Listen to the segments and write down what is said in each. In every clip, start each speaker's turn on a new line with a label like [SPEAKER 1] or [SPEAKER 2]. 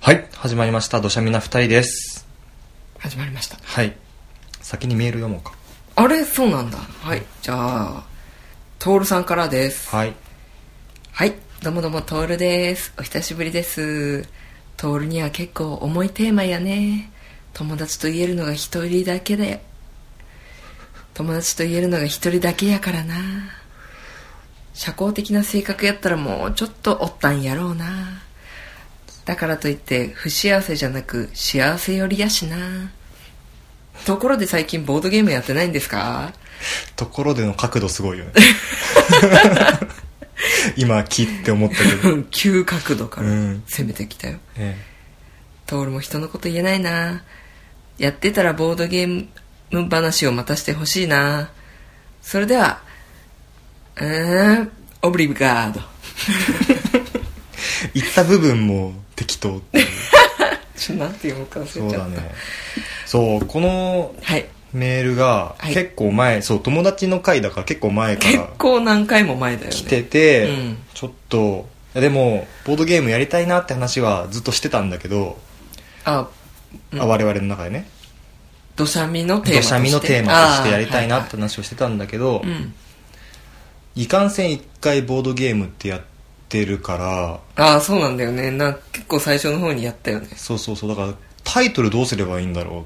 [SPEAKER 1] はい、始まりました。土砂みな二人です。
[SPEAKER 2] 始まりました
[SPEAKER 1] はい。先にメール読もうか。
[SPEAKER 2] あれそうなんだはいじゃあトールさんからです
[SPEAKER 1] はい。
[SPEAKER 2] はいどうもどうもトールですお久しぶりですトールには結構重いテーマやね友達と言えるのが一人だけだよ友達と言えるのが一人だけやからな社交的な性格やったらもうちょっとおったんやろうなだからといって不幸せじゃなく幸せ寄りやしなところで最近ボードゲームやってないんですか
[SPEAKER 1] ところでの角度すごいよ ね。今、切って思ったけど。
[SPEAKER 2] うん 急角度から
[SPEAKER 1] うん
[SPEAKER 2] 攻めてきたよ、
[SPEAKER 1] え
[SPEAKER 2] トールも人のこと言えないなやってたらボードゲーム話をまたしてほしいなそれではうーんオブリガード
[SPEAKER 1] え言った部分も適当 っていう
[SPEAKER 2] ちょなんて読むか忘
[SPEAKER 1] そ
[SPEAKER 2] れ
[SPEAKER 1] う
[SPEAKER 2] ちゃ
[SPEAKER 1] だ
[SPEAKER 2] った、
[SPEAKER 1] ね。そう、この
[SPEAKER 2] はい
[SPEAKER 1] メールが
[SPEAKER 2] はい
[SPEAKER 1] 結構前、そう、友達の回だから結構前か
[SPEAKER 2] 結
[SPEAKER 1] ら
[SPEAKER 2] 構何回も前だよね
[SPEAKER 1] 来てて、
[SPEAKER 2] うん
[SPEAKER 1] ちょっと、でも、ボードゲームやりたいなって話はずっとしてたんだけど、
[SPEAKER 2] あうん
[SPEAKER 1] あ我々の中でね。
[SPEAKER 2] 土砂見のテーマ
[SPEAKER 1] 土
[SPEAKER 2] として
[SPEAKER 1] 砂見のテーマとしてやりたいなって
[SPEAKER 2] あ
[SPEAKER 1] 話をしてたんだけど、
[SPEAKER 2] ーはいはいうん
[SPEAKER 1] いかんせん一回ボードゲームってやってるから
[SPEAKER 2] あーそうなんだよねな結構最初の方にやったよね
[SPEAKER 1] そうそうそうだからタイトルどうすればいいんだろうっ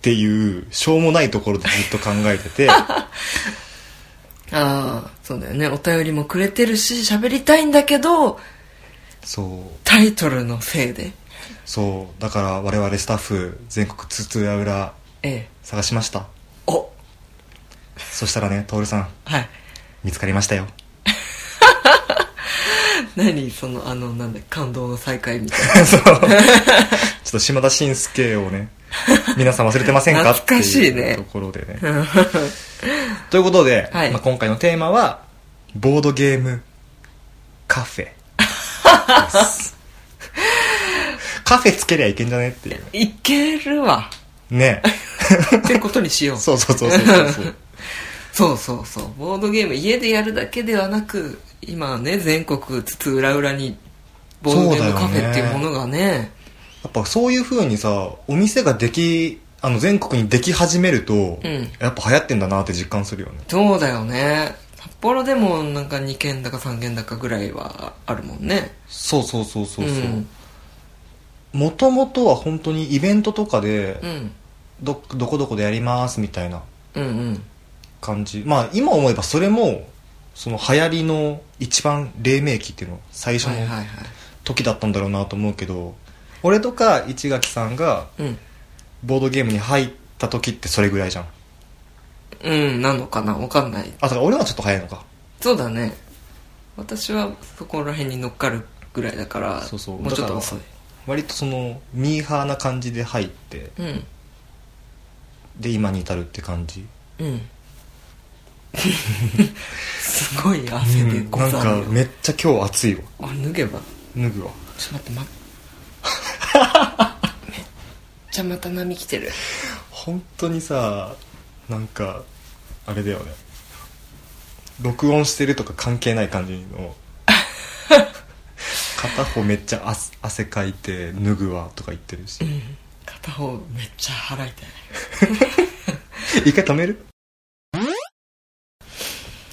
[SPEAKER 1] ていうしょうもないところでずっと考えて て
[SPEAKER 2] ああそうだよねお便りもくれてるし喋りたいんだけど
[SPEAKER 1] そう
[SPEAKER 2] タイトルのせいで
[SPEAKER 1] そうだから我々スタッフ全国津々浦々
[SPEAKER 2] ええ
[SPEAKER 1] 探しました
[SPEAKER 2] お
[SPEAKER 1] そしたらね徹さん
[SPEAKER 2] はい
[SPEAKER 1] 見つかりましたよ
[SPEAKER 2] 何そのあのなんだ感動の再会みた い
[SPEAKER 1] そう。ちょっと島田紳介をね、皆さん忘れてませんかって
[SPEAKER 2] 懐かしいね
[SPEAKER 1] いうところでね。ということで、
[SPEAKER 2] はい
[SPEAKER 1] まあ、今回のテーマは、ボードゲームカ フェです。カフェつけりゃいけんじゃねっていう。
[SPEAKER 2] ないけるわ
[SPEAKER 1] ね。
[SPEAKER 2] ってことにしよう
[SPEAKER 1] そうそうそうそう そう。
[SPEAKER 2] そうそうそうボードゲーム家でやるだけではなく今はね全国津々浦々にボードゲームカフェっていうものがね
[SPEAKER 1] やっぱそういう風にさ、お店ができ、あの全国にでき始めると、
[SPEAKER 2] うん
[SPEAKER 1] やっぱ流行ってんだなって実感するよね。
[SPEAKER 2] そうだよね札幌でもなんか2軒だか3軒だかぐらいはあるもんね
[SPEAKER 1] そうそうそうそうそう。
[SPEAKER 2] ん
[SPEAKER 1] もともとは本当にイベントとかで、
[SPEAKER 2] うん
[SPEAKER 1] どどこどこでやりますみたいな
[SPEAKER 2] うんうん
[SPEAKER 1] 感じまあ今思えばそれもその流行りの一番黎明期っていうの最初の
[SPEAKER 2] はいはいはい
[SPEAKER 1] 時だったんだろうなと思うけど、俺とか市垣さんが
[SPEAKER 2] うん
[SPEAKER 1] ボードゲームに入った時ってそれぐらいじゃん
[SPEAKER 2] うんなのかなわかんない
[SPEAKER 1] あだから俺はちょっと早いのか
[SPEAKER 2] そうだね私はそこら辺に乗っかるぐらいだから
[SPEAKER 1] そうそう
[SPEAKER 2] もうちょっと遅い
[SPEAKER 1] 割とそのミーハーな感じで入って
[SPEAKER 2] うん
[SPEAKER 1] で今に至るって感じ
[SPEAKER 2] うんすごい汗で
[SPEAKER 1] うん
[SPEAKER 2] ご
[SPEAKER 1] なん
[SPEAKER 2] ざ
[SPEAKER 1] か
[SPEAKER 2] るよ、
[SPEAKER 1] めっちゃ今日暑いわ
[SPEAKER 2] あ脱げば
[SPEAKER 1] 脱ぐわ
[SPEAKER 2] ちょっと待って待ってめっちゃまた波来てる
[SPEAKER 1] 本当にさなんかあれだよね録音してるとか関係ない感じ の片方めっちゃ汗汗かいて脱ぐわとか言ってるし
[SPEAKER 2] 片方めっちゃ腹痛い
[SPEAKER 1] 一回止める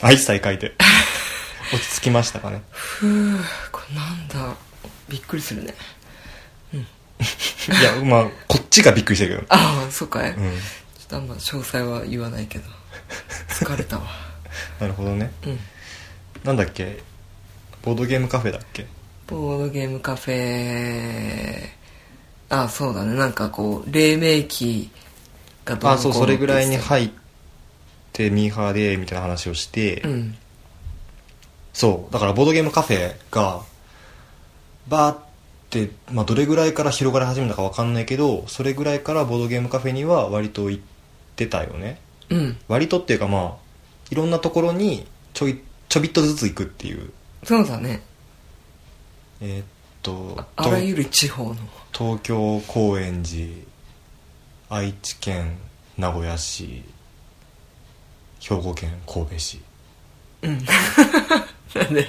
[SPEAKER 1] あ一切書 いて落ち着きましたかね
[SPEAKER 2] ふうこれなんだびっくりするね
[SPEAKER 1] いやまあこっちがびっくりしてるけ
[SPEAKER 2] ああそうかい、
[SPEAKER 1] ど
[SPEAKER 2] ちょ
[SPEAKER 1] うん
[SPEAKER 2] っとあんま詳細は言わないけど疲れたわ
[SPEAKER 1] なるほどね
[SPEAKER 2] うん
[SPEAKER 1] なんだっけボードゲームカフェだっけ
[SPEAKER 2] ボードゲームカフェあそうだねなんかこう黎明期がどの
[SPEAKER 1] あそう
[SPEAKER 2] この
[SPEAKER 1] それぐらいに
[SPEAKER 2] って
[SPEAKER 1] 入ってミーハーでみたいな話をして、
[SPEAKER 2] 言って
[SPEAKER 1] そうだからボードゲームカフェがバーって、まあ、どれぐらいから広がり始めたかわかんないけどそれぐらいからボードゲームカフェには割と行ってたよね
[SPEAKER 2] たうん、うん、
[SPEAKER 1] 割とっていうかまあいろんなところにちょいちょびっとずつ行くっていう
[SPEAKER 2] そうだね
[SPEAKER 1] えーっと
[SPEAKER 2] ああらゆる地方の
[SPEAKER 1] 東京高円寺愛知県名古屋市兵庫県神戸市
[SPEAKER 2] うんなんで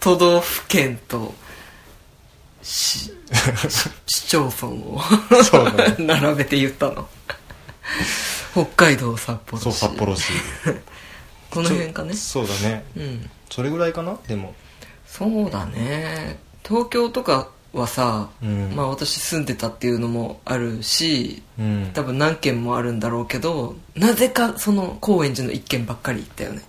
[SPEAKER 2] 都道府県と し市町村を
[SPEAKER 1] そうね
[SPEAKER 2] 並べて言ったの北海道札幌市
[SPEAKER 1] そう札幌市
[SPEAKER 2] この辺かね
[SPEAKER 1] ちょそうだね
[SPEAKER 2] うん
[SPEAKER 1] それぐらいかなでも
[SPEAKER 2] そうだね東京とかはさ、
[SPEAKER 1] うん
[SPEAKER 2] まあ私住んでたっていうのもあるし
[SPEAKER 1] うん
[SPEAKER 2] 多分何軒もあるんだろうけどなぜかその高円寺の一軒ばっかり行ったよね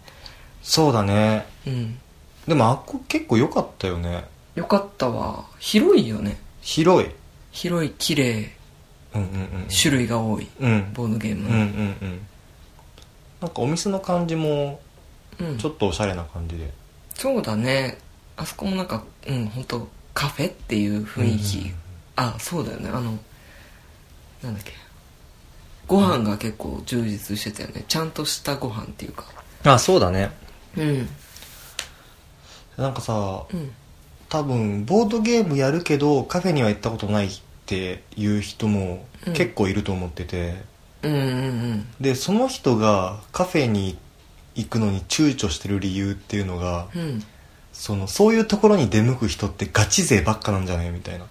[SPEAKER 1] そうだね
[SPEAKER 2] うん
[SPEAKER 1] でもあっこ結構良かったよね
[SPEAKER 2] よかったわ広いよね
[SPEAKER 1] 広い
[SPEAKER 2] 広い綺麗
[SPEAKER 1] うんうんうん
[SPEAKER 2] 種類が多い
[SPEAKER 1] うん
[SPEAKER 2] ボードゲー
[SPEAKER 1] う
[SPEAKER 2] ム
[SPEAKER 1] んうんうんなんかお店の感じも
[SPEAKER 2] うん
[SPEAKER 1] ちょっとおしゃれな感じで
[SPEAKER 2] そうだねあそこもなんかうん本当カフェっていう雰囲気、
[SPEAKER 1] うん
[SPEAKER 2] あそうだよねあのなんだっけご飯が結構充実してたよねちゃんとしたご飯っていうか
[SPEAKER 1] あそうだね
[SPEAKER 2] うん
[SPEAKER 1] なんかさ
[SPEAKER 2] うん
[SPEAKER 1] 多分ボードゲームやるけどカフェには行ったことないっていう人も
[SPEAKER 2] うん
[SPEAKER 1] 結構いると思ってて、
[SPEAKER 2] うんうん
[SPEAKER 1] でその人がカフェに行くのに躊躇してる理由っていうのが、
[SPEAKER 2] うんうん
[SPEAKER 1] そのそういうところに出向く人ってガチ勢ばっかなんじゃないみたいな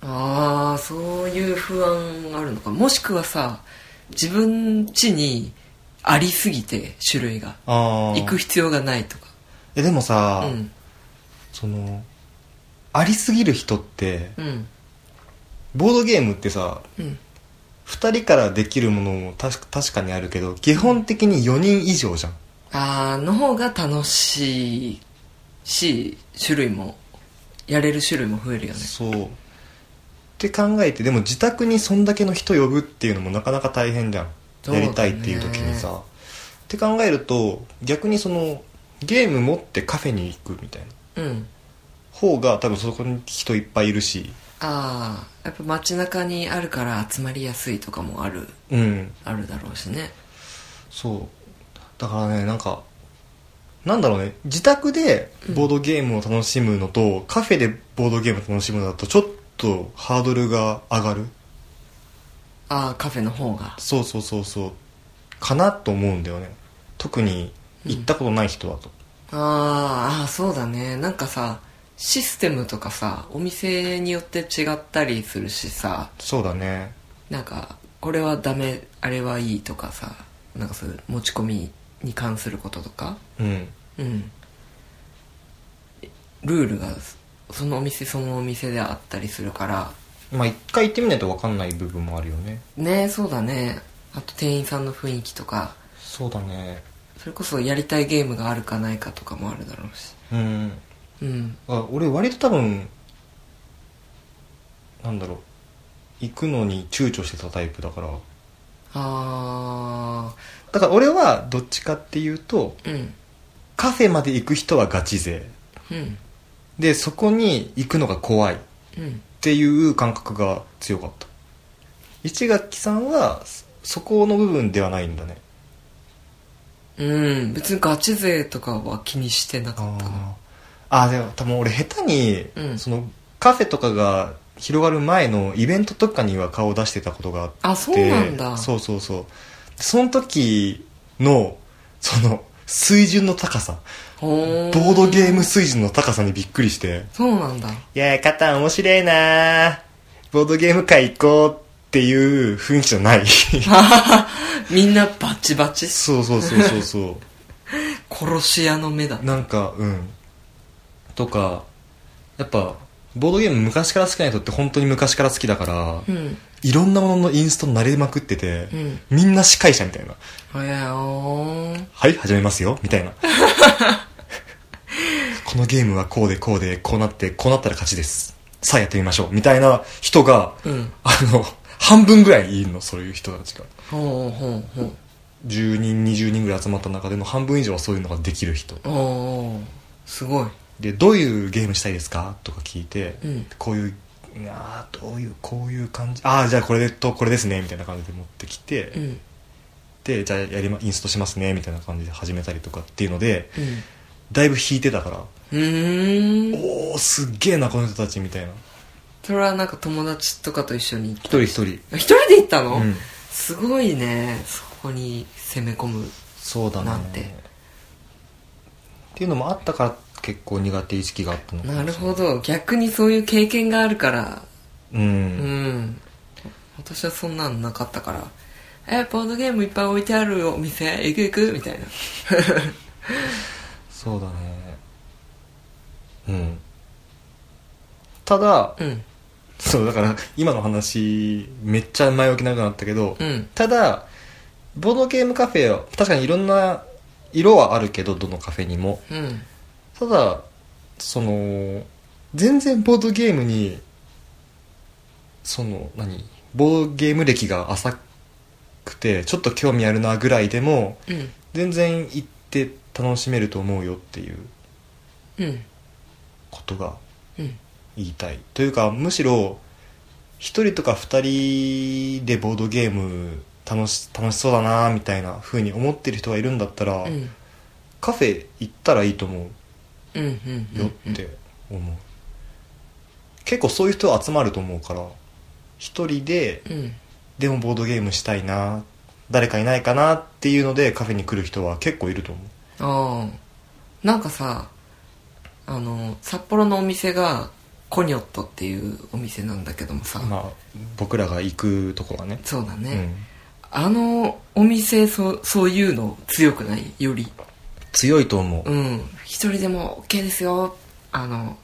[SPEAKER 2] ああそういう不安があるのかもしくはさ自分家にありすぎて種類が
[SPEAKER 1] あー
[SPEAKER 2] 行く必要がないとか
[SPEAKER 1] えでも
[SPEAKER 2] う
[SPEAKER 1] さ、
[SPEAKER 2] ん
[SPEAKER 1] そのありすぎる人って
[SPEAKER 2] うん
[SPEAKER 1] ボードゲームってさ
[SPEAKER 2] うん
[SPEAKER 1] 2人からできるものも確か確かにあるけど基本的に4人以上じゃん
[SPEAKER 2] あーの方が楽しいし種類もやれる種類も増えるよね
[SPEAKER 1] そうって考えてでも自宅にそんだけの人呼ぶっていうのもなかなか大変じゃん、
[SPEAKER 2] そうだ
[SPEAKER 1] や
[SPEAKER 2] ね
[SPEAKER 1] りたいっていう時にさって考えると逆にそのゲーム持ってカフェに行くみたいな
[SPEAKER 2] うん
[SPEAKER 1] 方が多分そこに人いっぱいいるし
[SPEAKER 2] ああやっぱ街中にあるから集まりやすいとかもある
[SPEAKER 1] うん
[SPEAKER 2] あるだろうしね
[SPEAKER 1] そうだからねなんかなんだろうね自宅でボードゲームを楽しむのと、カフェでボードゲームを楽しむのだとちょっとハードルが上がる
[SPEAKER 2] ああカフェの方が
[SPEAKER 1] そうそうそうそうかなと思うんだよね特に行ったことない人だと、
[SPEAKER 2] あーあーそうだねなんかさシステムとかさお店によって違ったりするしさ
[SPEAKER 1] そうだね
[SPEAKER 2] なんかこれはダメあれはいいとかさなんかそういう持ち込みに関することとか
[SPEAKER 1] うん
[SPEAKER 2] うんルールがそのお店そのお店であったりするから
[SPEAKER 1] まあ一回行ってみないと分かんない部分もあるよね
[SPEAKER 2] ねそうだねあと店員さんの雰囲気とか
[SPEAKER 1] そうだね
[SPEAKER 2] それこそやりたいゲームがあるかないかとかもあるだろうし
[SPEAKER 1] うん
[SPEAKER 2] うん
[SPEAKER 1] あ俺割と多分なんだろう行くのに躊躇してたタイプだから
[SPEAKER 2] あ
[SPEAKER 1] だから俺はどっちかっていうと
[SPEAKER 2] ーうん
[SPEAKER 1] カフェまで行く人はガチ勢
[SPEAKER 2] うん
[SPEAKER 1] でそこに行くのが怖いっ
[SPEAKER 2] うん
[SPEAKER 1] ていう感覚が強かった一垣さんはそそこの部分ではないんだね
[SPEAKER 2] うん別にガチ勢とかは気にしてなかったな
[SPEAKER 1] あーでも多分俺下手に、
[SPEAKER 2] うん
[SPEAKER 1] そのカフェとかが広がる前のイベントとかには顔を出してたことがあって
[SPEAKER 2] あそうなんだ
[SPEAKER 1] そうそうそうその時のその水準の高さ
[SPEAKER 2] ほー
[SPEAKER 1] ボードゲーム水準の高さにびっくりして
[SPEAKER 2] そうなん
[SPEAKER 1] 「
[SPEAKER 2] だ
[SPEAKER 1] いやーカタン面白いなーボードゲーム会行こう」っていう雰囲気じゃない
[SPEAKER 2] みんなバチバ チ
[SPEAKER 1] そうそうそうそうそう
[SPEAKER 2] 殺し屋の目だ
[SPEAKER 1] なんかうんとかやっぱボードゲーム昔から好きな人って本当に昔から好きだから、
[SPEAKER 2] うん
[SPEAKER 1] いろんなもののインストに慣れまくってて、
[SPEAKER 2] うん
[SPEAKER 1] みんな司会者みたいな「
[SPEAKER 2] はやおー
[SPEAKER 1] はい始めますよ」み たいなこのゲームはこうでこうでこうなってこうなったら勝ちですさあやってみましょうみたいな人が、
[SPEAKER 2] うん
[SPEAKER 1] あの半分ぐらいいるのそういう人たちが
[SPEAKER 2] ほうほうほう
[SPEAKER 1] 10人20人ぐらい集まった中での半分以上はそういうのができる人
[SPEAKER 2] おーおーすごい
[SPEAKER 1] でどういうゲームしたいですかとか聞いて、
[SPEAKER 2] うん
[SPEAKER 1] こういうあーどういうこういう感じああじゃあこれでとこれですねみたいな感じで持ってきて、
[SPEAKER 2] うん
[SPEAKER 1] でじゃあやり、ま、インストしますねみたいな感じで始めたりとかっていうので
[SPEAKER 2] うん
[SPEAKER 1] だいぶ引いてたから
[SPEAKER 2] うーん
[SPEAKER 1] おおすっげえなこの人たちみたいな
[SPEAKER 2] それはなんか友達とかと一緒に
[SPEAKER 1] 一人一人
[SPEAKER 2] 一人で行ったの、
[SPEAKER 1] うん
[SPEAKER 2] すごいねそこに攻め込む
[SPEAKER 1] そうだね
[SPEAKER 2] なんて
[SPEAKER 1] っていうのもあったから結構苦手意識があったのかもし
[SPEAKER 2] な
[SPEAKER 1] れい
[SPEAKER 2] るほど逆にそういう経験があるから
[SPEAKER 1] うん、
[SPEAKER 2] うん私はそんなんなかったから「えボードゲームいっぱい置いてあるお店行く行く」みた いな
[SPEAKER 1] そうだねうんただ
[SPEAKER 2] うん
[SPEAKER 1] そうだから今の話めっちゃ前置き長くなったけど、
[SPEAKER 2] うん
[SPEAKER 1] ただボードゲームカフェは確かにいろんな色はあるけどどのカフェにも
[SPEAKER 2] うん
[SPEAKER 1] ただその全然ボードゲームにその何ボードゲーム歴が浅くてちょっと興味あるなぐらいでも
[SPEAKER 2] うん
[SPEAKER 1] 全然行って楽しめると思うよっていう
[SPEAKER 2] うん
[SPEAKER 1] ことが
[SPEAKER 2] うん
[SPEAKER 1] 言いたいというかむしろ1人とか2人でボードゲーム楽し楽しそうだなみたいな風に思ってる人がいるんだったら、
[SPEAKER 2] うん
[SPEAKER 1] カフェ行ったらいいと思
[SPEAKER 2] うんうん
[SPEAKER 1] うよって思う、結構そういう人集まると思うから1人で
[SPEAKER 2] うん
[SPEAKER 1] でもボードゲームしたいな誰かいないかなっていうのでカフェに来る人は結構いると思う
[SPEAKER 2] ああなんかさあの札幌のお店がコニョットっていうお店なんだけどもさ、
[SPEAKER 1] まあ僕らが行くとこはね
[SPEAKER 2] そうだね、あのお店そうそういうの強くないより
[SPEAKER 1] うん、強いと思う、
[SPEAKER 2] うん一人でも OK ですよあの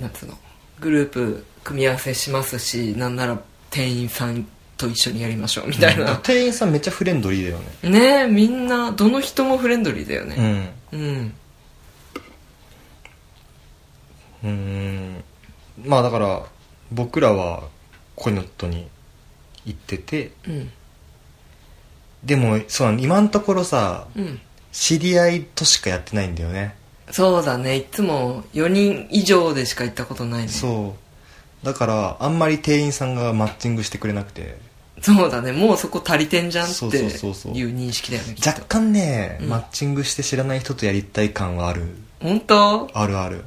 [SPEAKER 2] なんつうのグループ組み合わせしますしなんなら店員さんと一緒にやりましょうみたいな、
[SPEAKER 1] 店員さんめっちゃフレンドリーだよね
[SPEAKER 2] ねえみんなどの人もフレンドリーだよ
[SPEAKER 1] う
[SPEAKER 2] ね
[SPEAKER 1] ん
[SPEAKER 2] うん
[SPEAKER 1] うーんまあだから僕らはコニョットに行ってて
[SPEAKER 2] うん
[SPEAKER 1] でもそうなの今のところさ
[SPEAKER 2] うん
[SPEAKER 1] 知り合いとしかやってないんだよね
[SPEAKER 2] そうだねいつも4人以上でしか行ったことないねそう
[SPEAKER 1] そうだからあんまり店員さんがマッチングしてくれなくて
[SPEAKER 2] だねもうそこ足りてんじゃんって
[SPEAKER 1] そう
[SPEAKER 2] い
[SPEAKER 1] そうそうそう
[SPEAKER 2] う認識だよねきっと
[SPEAKER 1] 若干ね、
[SPEAKER 2] うん
[SPEAKER 1] マッチングして知らない人とやりたい感はある
[SPEAKER 2] 本当
[SPEAKER 1] あるある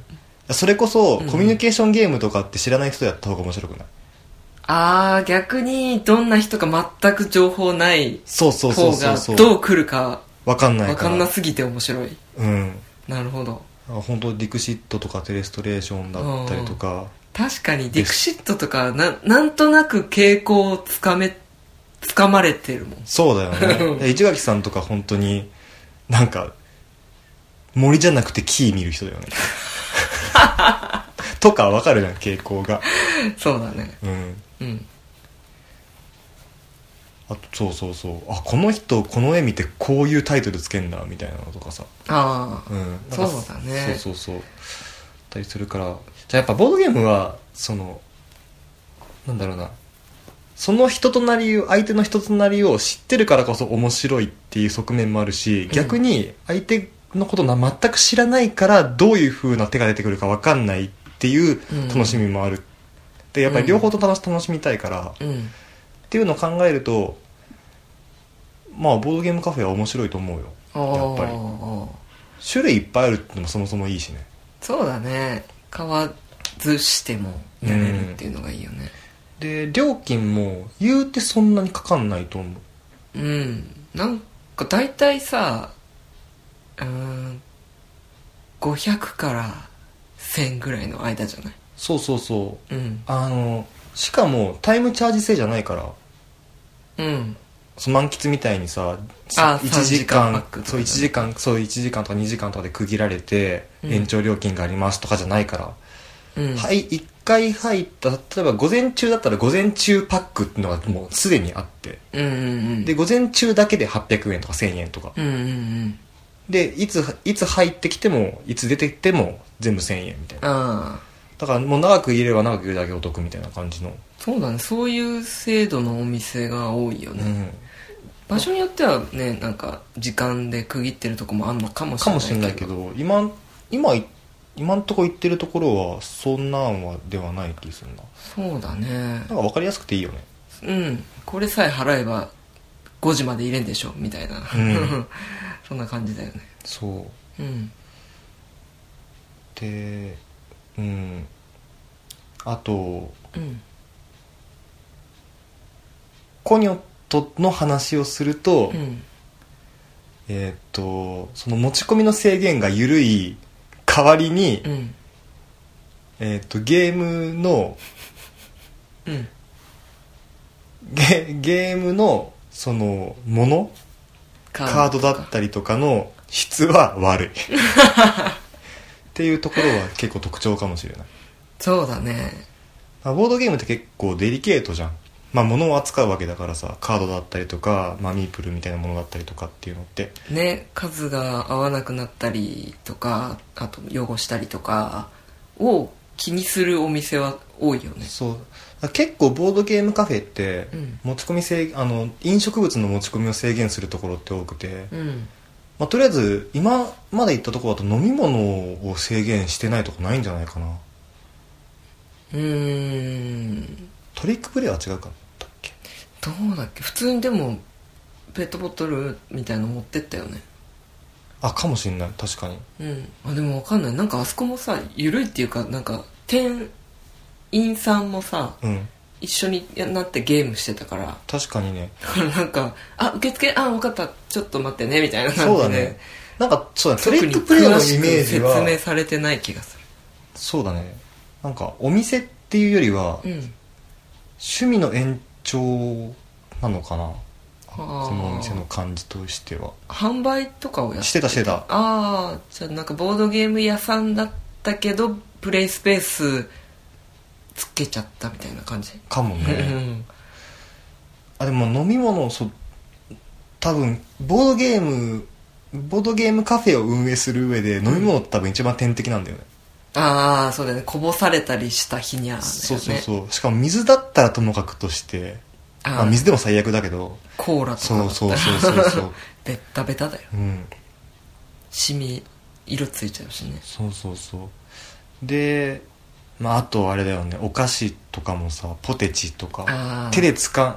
[SPEAKER 1] それこそ、
[SPEAKER 2] うん
[SPEAKER 1] コミュニケーションゲームとかって知らない人とやった方が面白くない
[SPEAKER 2] ああ逆にどんな人か全く情報ない
[SPEAKER 1] そうそうそ
[SPEAKER 2] 方
[SPEAKER 1] うそ
[SPEAKER 2] が
[SPEAKER 1] うそう
[SPEAKER 2] どう来るか
[SPEAKER 1] わかんない
[SPEAKER 2] 分
[SPEAKER 1] から
[SPEAKER 2] かんなすぎて面白い
[SPEAKER 1] うん
[SPEAKER 2] なるほど
[SPEAKER 1] あ本当ディクシットとかテレストレーションだったりとか、
[SPEAKER 2] 確かにディクシットとかななんとなく傾向をつかめつかまれてるもん
[SPEAKER 1] そうだよ
[SPEAKER 2] うん
[SPEAKER 1] ねで市垣さんとか本当になんか森じゃなくて木見る人だよ ねとかわかるじゃん傾向が
[SPEAKER 2] そうだね
[SPEAKER 1] うん
[SPEAKER 2] うん
[SPEAKER 1] あとそうそうそうあこの人この絵見てこういうタイトルつけんだみたいなのとかさ、
[SPEAKER 2] ああ
[SPEAKER 1] うん、なんか
[SPEAKER 2] そうだね
[SPEAKER 1] そうそうそうたりするからじゃあやっぱボードゲームはそのなんだろうなその人となりを相手の人となりを知ってるからこそ面白いっていう側面もあるし逆に相手のことな全く知らないからどういう風な手が出てくるか分かんないっていう楽しみもある、でやっぱり両方と楽し楽しみたいから、っ
[SPEAKER 2] うん
[SPEAKER 1] ていうのを考えるとまあボードゲームカフェは面白いと思うよ
[SPEAKER 2] あ
[SPEAKER 1] やっぱり
[SPEAKER 2] あ
[SPEAKER 1] 種類いっぱいあるってのもそもそもいいしね
[SPEAKER 2] そうだね買わずしてもやれるっていうのがいいよね
[SPEAKER 1] で料金も言うてそんなにかかんないと思う
[SPEAKER 2] うん、なんか大体さうーん500から1000ぐらいの間じゃない
[SPEAKER 1] そうそうそう
[SPEAKER 2] うん
[SPEAKER 1] あのしかもタイムチャージ制じゃないから
[SPEAKER 2] うん
[SPEAKER 1] その満喫みたいにさ
[SPEAKER 2] あ
[SPEAKER 1] 1
[SPEAKER 2] 3時
[SPEAKER 1] 時
[SPEAKER 2] 間パ
[SPEAKER 1] 間
[SPEAKER 2] ックとか
[SPEAKER 1] そう1時間そう1時間とか2時間とかで区切られて、
[SPEAKER 2] うん
[SPEAKER 1] 延長料金がありますとかじゃないから、
[SPEAKER 2] うん
[SPEAKER 1] はい1回入った例えば午前中だったら午前中パックっていうのがもうすでにあって
[SPEAKER 2] うんうんうん
[SPEAKER 1] で午前中だけで800円とか1000円とか、
[SPEAKER 2] うんうんうん
[SPEAKER 1] でいついつ入ってきてもいつ出てきても全部1000円みたいな
[SPEAKER 2] ああ
[SPEAKER 1] だからもう長く入れれば長く入れるだけお得みたいな感じの、
[SPEAKER 2] そうだねそういう制度のお店が多いよね、場所によってはねなんか時間で区切ってるとこもあんのかもし
[SPEAKER 1] か
[SPEAKER 2] れな
[SPEAKER 1] も
[SPEAKER 2] い
[SPEAKER 1] しれないけど今今い今んとこ行ってるところはそんなんはではない気するな
[SPEAKER 2] そうだね
[SPEAKER 1] なんか分かりやすくていいよね
[SPEAKER 2] うんこれさえ払えば5時まで入れんでしょみたいな、
[SPEAKER 1] うん
[SPEAKER 2] そんな感じだよね
[SPEAKER 1] そう
[SPEAKER 2] うん
[SPEAKER 1] でうんあと
[SPEAKER 2] うん
[SPEAKER 1] コニョットの話をすると、
[SPEAKER 2] うん
[SPEAKER 1] えーっとその持ち込みの制限が緩い代わりに、
[SPEAKER 2] うん
[SPEAKER 1] えっとゲームの
[SPEAKER 2] うん
[SPEAKER 1] ゲゲームのそのもの
[SPEAKER 2] カ
[SPEAKER 1] カードだったりとかの質は悪いっていうところは結構特徴かもしれない、
[SPEAKER 2] そうだね
[SPEAKER 1] まあボードゲームって結構デリケートじゃんまあ物を扱うわけだからさカードだったりとか、まあ、ミープルみたいなものだったりとかっていうのって
[SPEAKER 2] ね数が合わなくなったりとかあと汚したりとかを気にするお店は多いよね
[SPEAKER 1] そうだから結構ボードゲームカフェって
[SPEAKER 2] うん
[SPEAKER 1] 持ち込み制あの飲食物の持ち込みを制限するところって多くて、
[SPEAKER 2] うん
[SPEAKER 1] まあ、とりあえず今まで行ったところだと飲み物を制限してないとこないんじゃないかな
[SPEAKER 2] うーん
[SPEAKER 1] トリックプレイは違うかったっけ
[SPEAKER 2] どうだっけ普通にでもペットボトルみたいの持ってったよね
[SPEAKER 1] あかもしんない確かに
[SPEAKER 2] うんあでもわかんないなんかあそこもさ緩いっていうかなんか店員さんもさ
[SPEAKER 1] うん
[SPEAKER 2] 一緒になってゲームしてたから
[SPEAKER 1] 確かにね
[SPEAKER 2] だからなんか「あ受付あ分かったちょっと待ってね」みたいな感
[SPEAKER 1] そうだ
[SPEAKER 2] じで
[SPEAKER 1] ねなんかそうだねト
[SPEAKER 2] 特
[SPEAKER 1] リ
[SPEAKER 2] に
[SPEAKER 1] ックプレイのイメージ
[SPEAKER 2] 詳しく説明
[SPEAKER 1] は
[SPEAKER 2] されてない気がす
[SPEAKER 1] そうだねなんかお店っていうよりは
[SPEAKER 2] るうん
[SPEAKER 1] 趣味の延長なのかな
[SPEAKER 2] あ
[SPEAKER 1] そ
[SPEAKER 2] ー
[SPEAKER 1] のお店の感じとしては
[SPEAKER 2] 販売とかをやっ
[SPEAKER 1] してたしてた
[SPEAKER 2] ああじゃあなんかボードゲーム屋さんだったけどプレイスペースつけちゃったみたいな感じ、
[SPEAKER 1] かも
[SPEAKER 2] う
[SPEAKER 1] ね
[SPEAKER 2] ん
[SPEAKER 1] あでも飲み物そう多分ボードゲームボードゲームカフェを運営する上で飲み物って多分一番天敵なんだよね、
[SPEAKER 2] ああそうだよねこぼされたりした日にゃ、ね、
[SPEAKER 1] そうそうそうしかも水だったらともかくとして
[SPEAKER 2] あー
[SPEAKER 1] まあ、水でも最悪だけど
[SPEAKER 2] コーラとかだ
[SPEAKER 1] そ
[SPEAKER 2] っ
[SPEAKER 1] う
[SPEAKER 2] た
[SPEAKER 1] そうそうそうそう
[SPEAKER 2] ベッタベタだよ
[SPEAKER 1] うん
[SPEAKER 2] シミ色ついちゃうしね
[SPEAKER 1] そうそうそうで、まあ、あとあれだよねお菓子とかもさポテチとか
[SPEAKER 2] あー
[SPEAKER 1] 手で掴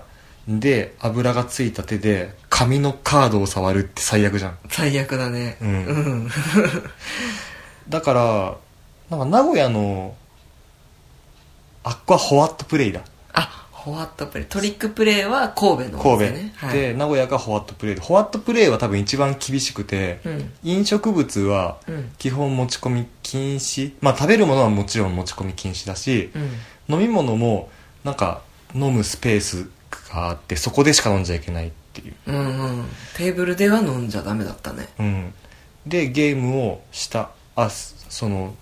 [SPEAKER 1] んで油がついた手で紙のカードを触るって最悪じゃん
[SPEAKER 2] 最悪だね
[SPEAKER 1] うん
[SPEAKER 2] うん、
[SPEAKER 1] だからなんか名古屋のあっこはホワットプレイだ
[SPEAKER 2] あホワットプレイトリックプレイは神戸の
[SPEAKER 1] 神
[SPEAKER 2] お
[SPEAKER 1] 戸
[SPEAKER 2] 店、ねはい、
[SPEAKER 1] で名古屋がホワットプレイでホワットプレイは多分一番厳しくて、
[SPEAKER 2] うん
[SPEAKER 1] 飲食物は
[SPEAKER 2] うん
[SPEAKER 1] 基本持ち込み禁止まあ食べるものはもちろん持ち込み禁止だし、
[SPEAKER 2] うん
[SPEAKER 1] 飲み物もなんか飲むスペースがあってそこでしか飲んじゃいけないっていう、
[SPEAKER 2] うんうんテーブルでは飲んじゃダメだったね
[SPEAKER 1] うん、でゲームをしたあすその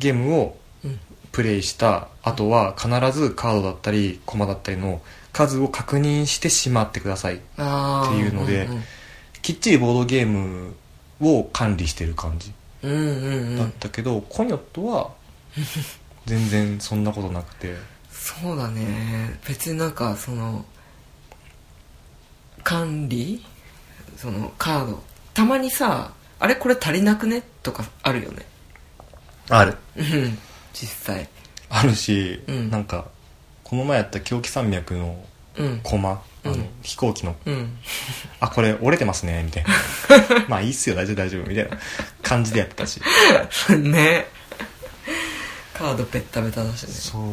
[SPEAKER 1] ゲームを
[SPEAKER 2] うん
[SPEAKER 1] プレイしたあとは必ずカードだったりコマだったりの数を確認してしまってください
[SPEAKER 2] あー
[SPEAKER 1] っていうのできっちりボードゲームを管理してる感じ
[SPEAKER 2] うんうんうんうんうんう
[SPEAKER 1] だっ
[SPEAKER 2] ん
[SPEAKER 1] たけど、コニョットは全然そんなことなくて
[SPEAKER 2] そうだね別になんかその管理そのカードたまにさあれこれ足りなくねとかあるよね
[SPEAKER 1] ある
[SPEAKER 2] うん実際
[SPEAKER 1] あるし、
[SPEAKER 2] うん
[SPEAKER 1] なんかこの前やった狂気山脈の
[SPEAKER 2] うん
[SPEAKER 1] コマ、あ
[SPEAKER 2] うん
[SPEAKER 1] の飛行機の
[SPEAKER 2] うん
[SPEAKER 1] 「あこれ折れてますね」みたい な「まあいいっすよ大丈夫大丈夫」みたいな感じでやってたし
[SPEAKER 2] ねカードベッタベタだしね
[SPEAKER 1] そう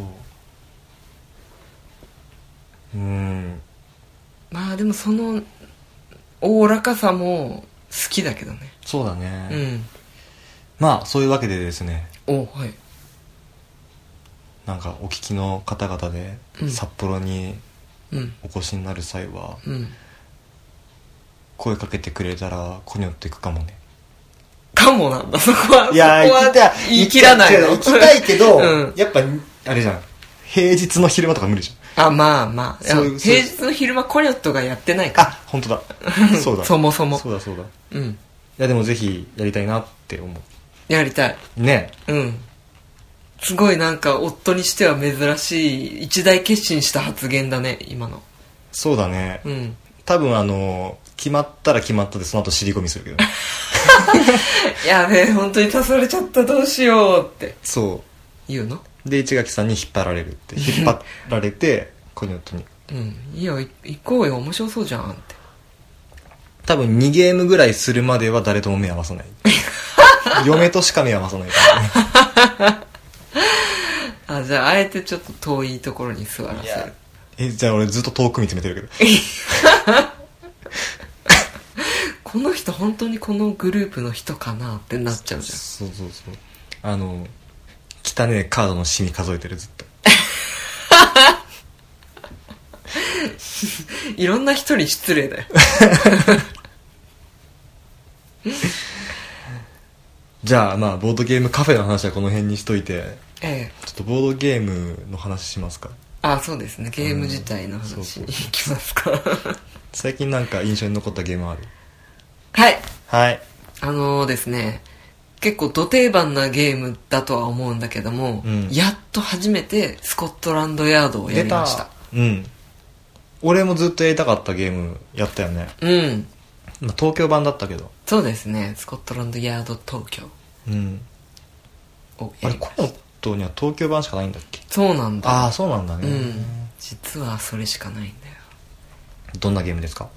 [SPEAKER 1] うん
[SPEAKER 2] まあでもそのおおらかさも好きだけどね
[SPEAKER 1] そうだね、
[SPEAKER 2] うん
[SPEAKER 1] まあそういうわけでですね
[SPEAKER 2] おはい
[SPEAKER 1] なんかお聞きの方々で
[SPEAKER 2] うん
[SPEAKER 1] 札幌に
[SPEAKER 2] うん
[SPEAKER 1] お越しになる際は
[SPEAKER 2] うん
[SPEAKER 1] 声かけてくれたらコニョっていくかもね
[SPEAKER 2] かもなんだそこはい
[SPEAKER 1] や
[SPEAKER 2] そ
[SPEAKER 1] ー行
[SPEAKER 2] こは
[SPEAKER 1] きたい
[SPEAKER 2] 言い切らないの
[SPEAKER 1] 行きたいけど、
[SPEAKER 2] うん
[SPEAKER 1] やっぱあれじゃん平日の昼間とか無理じゃん
[SPEAKER 2] あまあまあ
[SPEAKER 1] そういう
[SPEAKER 2] あ
[SPEAKER 1] そういう
[SPEAKER 2] 平日の昼間コリョットがやってないか
[SPEAKER 1] あ本 当だそうだ
[SPEAKER 2] そもそも
[SPEAKER 1] そうだそうだい
[SPEAKER 2] らうん
[SPEAKER 1] やでもぜひやりたいなって思
[SPEAKER 2] やりたいう
[SPEAKER 1] ね
[SPEAKER 2] うんすごいなんか夫にしては珍しい一大決心した発言だね今の
[SPEAKER 1] そうだね、
[SPEAKER 2] うん
[SPEAKER 1] 多分あの決まったら決まったでその後尻込みするけ ど
[SPEAKER 2] やべえ本当に足されちゃったどうしようって
[SPEAKER 1] そ
[SPEAKER 2] 言うの
[SPEAKER 1] うで市垣さんに引っ張られるって 引っ張られてコニョットに
[SPEAKER 2] うんいいよい行こうよ面白そうじゃんって
[SPEAKER 1] 多分2ゲームぐらいするまでは誰とも目合わさない 嫁としか目合わさないからね
[SPEAKER 2] あじゃああえてちょっと遠いところに座らせる
[SPEAKER 1] えじゃあ俺ずっと遠く見つめてるけど
[SPEAKER 2] この人本当にこのグループの人かなってなっちゃうじゃん
[SPEAKER 1] そうそうそうあの汚ねえカードのシミ数えてるずっと
[SPEAKER 2] いろんな人に失 礼だよ。
[SPEAKER 1] じゃあまあボードゲームカフェの話はこの辺にしといて
[SPEAKER 2] ええ。
[SPEAKER 1] ちょっとボードゲームの話しますか
[SPEAKER 2] あ、そうですね。ゲーム自体の
[SPEAKER 1] うん
[SPEAKER 2] 話
[SPEAKER 1] そうそう
[SPEAKER 2] に行きますか。
[SPEAKER 1] 最近なんか印象に残ったゲームある
[SPEAKER 2] はい。
[SPEAKER 1] はい
[SPEAKER 2] あのですね、結構ド定番なゲームだとは思うんだけども、
[SPEAKER 1] うん
[SPEAKER 2] やっと初めてスコットランドヤードをやりました。
[SPEAKER 1] うん俺もずっとやりたかったゲームやったよね、
[SPEAKER 2] うん。
[SPEAKER 1] まあ、東京版だったけど
[SPEAKER 2] そうですね。スコットランドヤード東京
[SPEAKER 1] うん
[SPEAKER 2] を
[SPEAKER 1] あ
[SPEAKER 2] や
[SPEAKER 1] れ
[SPEAKER 2] りま
[SPEAKER 1] コ
[SPEAKER 2] し
[SPEAKER 1] ノトには東京版しかないんだっけ
[SPEAKER 2] た。そうなんだ。
[SPEAKER 1] ああそうなんだね、
[SPEAKER 2] うん。実はそれしかないんだよ。
[SPEAKER 1] どんなゲームですか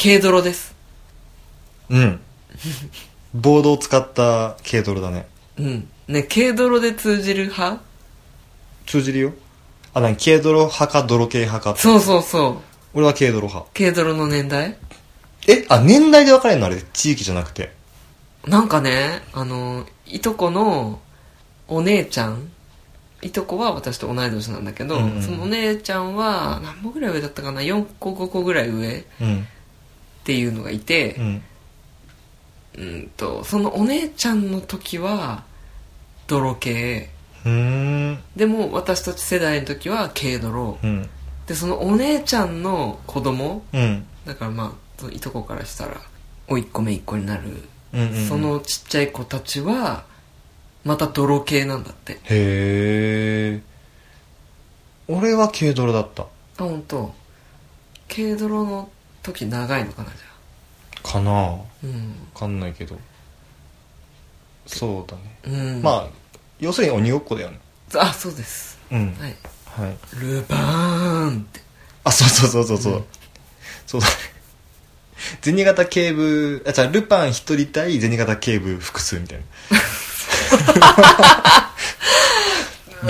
[SPEAKER 2] 軽泥です。
[SPEAKER 1] うんボードを使った軽トラだね
[SPEAKER 2] うん。ね、軽泥で通じる派
[SPEAKER 1] 通じるよあ何軽泥派か泥系派かって
[SPEAKER 2] そうそうそう。
[SPEAKER 1] 俺は軽泥派
[SPEAKER 2] 軽泥の年代
[SPEAKER 1] えあ年代で分かれるのあれ地域じゃなくて
[SPEAKER 2] なんかね、あの、いとこのお姉ちゃん、いとこは私と同い年なんだけど、
[SPEAKER 1] うんうん
[SPEAKER 2] そのお姉ちゃんは何個ぐらい上だったかな ?4 個5個ぐらい上っ
[SPEAKER 1] うん
[SPEAKER 2] ていうのがいて
[SPEAKER 1] う、ん
[SPEAKER 2] うん、と、そのお姉ちゃんの時は泥系、
[SPEAKER 1] うーん
[SPEAKER 2] でも私たち世代の時は軽泥、
[SPEAKER 1] うん
[SPEAKER 2] で、そのお姉ちゃんの子供、
[SPEAKER 1] うん
[SPEAKER 2] だからまあ、そのいとこからしたら、おいっ子めいっ子になる
[SPEAKER 1] うんうん
[SPEAKER 2] そのちっちゃい子たちはまた泥系なんだって
[SPEAKER 1] へえ俺は軽泥だった
[SPEAKER 2] あ本当。軽泥の時長いのかなじゃ
[SPEAKER 1] かな
[SPEAKER 2] あ
[SPEAKER 1] 分かんないけどそうだね、
[SPEAKER 2] うん、うん、
[SPEAKER 1] まあ要するに鬼ごっこだよね
[SPEAKER 2] あそうです
[SPEAKER 1] うん
[SPEAKER 2] はい
[SPEAKER 1] はい
[SPEAKER 2] ルバーンって
[SPEAKER 1] あそうそうそうそうそう、そうだね銭形警部あじゃあルパン一人対銭形警部複数 みたいな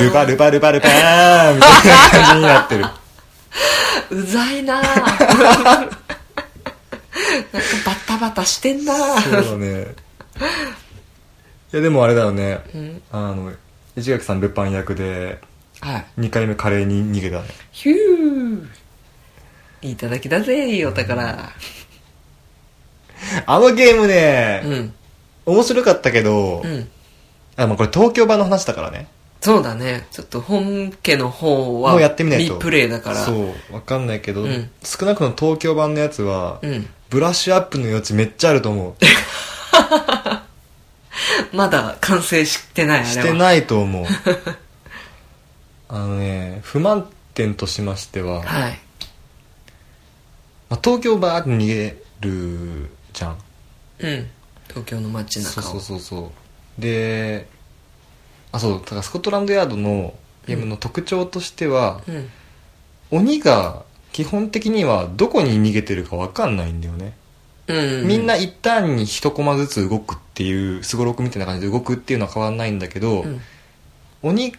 [SPEAKER 1] ルパルパルパルパーンみたいな感じになってる
[SPEAKER 2] うざい なぁなんかバタバタしてんな
[SPEAKER 1] そう
[SPEAKER 2] ぁ
[SPEAKER 1] だねいやでもあれだよね
[SPEAKER 2] うん
[SPEAKER 1] あの市垣さんルパン役で
[SPEAKER 2] はい
[SPEAKER 1] 2回目カレーに逃げたね
[SPEAKER 2] ヒューいただきだぜいいお宝
[SPEAKER 1] あのゲームね
[SPEAKER 2] う、ん
[SPEAKER 1] 面白かったけど、
[SPEAKER 2] うん
[SPEAKER 1] あまあこれ東京版の話だからね
[SPEAKER 2] そうだねちょっと本家の方は
[SPEAKER 1] もうやってみないと
[SPEAKER 2] リプレイだから
[SPEAKER 1] そうわかんないけど、
[SPEAKER 2] うん
[SPEAKER 1] 少なくとも東京版のやつは、
[SPEAKER 2] うん
[SPEAKER 1] ブラッシュアップの余地めっ ちゃあると思う
[SPEAKER 2] まだ完成してないあれは
[SPEAKER 1] してないと 思うあのね不満点としましては、ま
[SPEAKER 2] はい
[SPEAKER 1] あ、東京バーって逃げるじゃん
[SPEAKER 2] うん東京の街中
[SPEAKER 1] そ
[SPEAKER 2] を
[SPEAKER 1] うそうそうそうであそうだからスコットランドヤードのゲームの特徴としては、
[SPEAKER 2] うん
[SPEAKER 1] 鬼が基本的にはどこに逃げてるかわかんないんだよね、
[SPEAKER 2] うんうん
[SPEAKER 1] みんな一旦に一コマずつ動くっていうすごろくみたいな感じで動くっていうのは変わんないんだけど、
[SPEAKER 2] うん
[SPEAKER 1] 鬼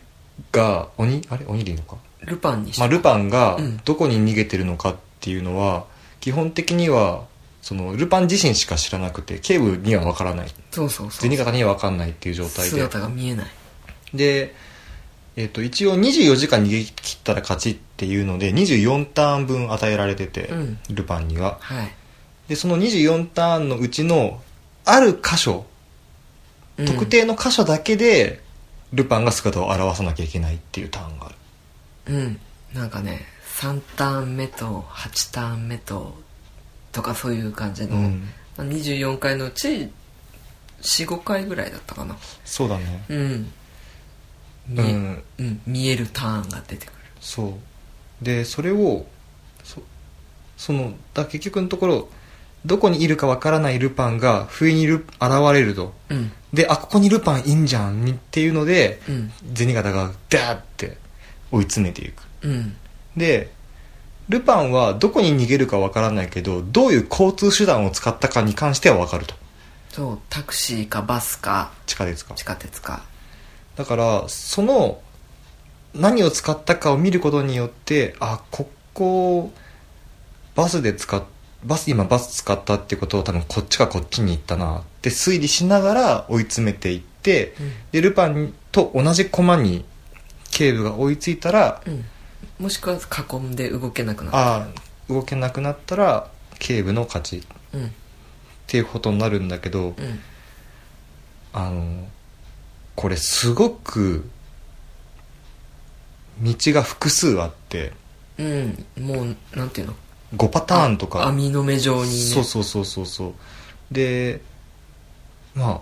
[SPEAKER 1] が鬼あれ鬼でいいのか、
[SPEAKER 2] ルパンにして
[SPEAKER 1] まあ、ルパンが
[SPEAKER 2] うん
[SPEAKER 1] どこに逃げてるのかっていうのは基本的にはそのルパン自身しか知らなくて警部にはわからない
[SPEAKER 2] そうそうそう
[SPEAKER 1] 銭形にはわかんないっていう状態で
[SPEAKER 2] 姿が見えない
[SPEAKER 1] で、えっと一応24時間逃げ切ったら勝ちっていうので24ターン分与えられてて、
[SPEAKER 2] うん
[SPEAKER 1] ルパンには
[SPEAKER 2] はい
[SPEAKER 1] でその24ターンのうちのある箇所
[SPEAKER 2] うん
[SPEAKER 1] 特定の箇所だけで、ルパンが姿を現さなきゃいけないっていうターンがある
[SPEAKER 2] うんなんかね3ターン目と8ターン目ととかそういう感じの、
[SPEAKER 1] うん
[SPEAKER 2] まあ24回のうち45回ぐらいだったかな
[SPEAKER 1] そうだね
[SPEAKER 2] うん見
[SPEAKER 1] う
[SPEAKER 2] え,、
[SPEAKER 1] ん
[SPEAKER 2] うん、見えるターンが出てくる
[SPEAKER 1] そうでそれをそそのだ結局のところどこにいるかわからないルパンが不意にル現れると
[SPEAKER 2] うん
[SPEAKER 1] であここにルパンいんじゃんにっていうので
[SPEAKER 2] うん
[SPEAKER 1] 銭形がダーって追い詰めていく
[SPEAKER 2] うん
[SPEAKER 1] でルパンはどこに逃げるかわからないけどどういう交通手段を使ったかに関してはわかると
[SPEAKER 2] そうタクシーかバスか
[SPEAKER 1] 地下鉄か
[SPEAKER 2] 地下鉄か
[SPEAKER 1] だからその何を使ったかを見ることによってあここバスで使っバス今バス使ったってことを多分こっちかこっちに行ったなって推理しながら追い詰めていっって、でルパンと同じ駒に警部が追いついたら、
[SPEAKER 2] うん、もしくは囲んで動けなくなる
[SPEAKER 1] ああ動けなくなったら警部の勝ちっ
[SPEAKER 2] うんうん
[SPEAKER 1] ていうことになるんだけど、あのこれすごく道が複数あって
[SPEAKER 2] うん、もうなんていうの
[SPEAKER 1] 5パターンとか
[SPEAKER 2] 網の目状にね
[SPEAKER 1] そうそうそうそうそうでまあ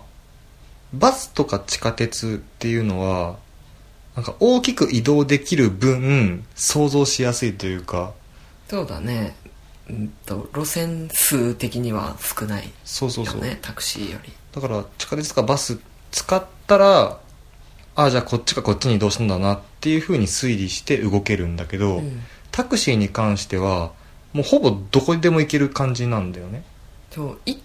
[SPEAKER 1] バスとか地下鉄っていうのはなんか大きく移動できる分想像しやすいというか
[SPEAKER 2] そうだねうんと路線数的には少ないよね
[SPEAKER 1] そうそうそう、
[SPEAKER 2] タクシーより
[SPEAKER 1] だから地下鉄とかバス使ったらああじゃあこっちかこっちに移動したんだなっていうふうに推理して動けるんだけど、
[SPEAKER 2] うん
[SPEAKER 1] タクシーに関してはもうほぼどこにでも行ける感じなんだよね
[SPEAKER 2] そう一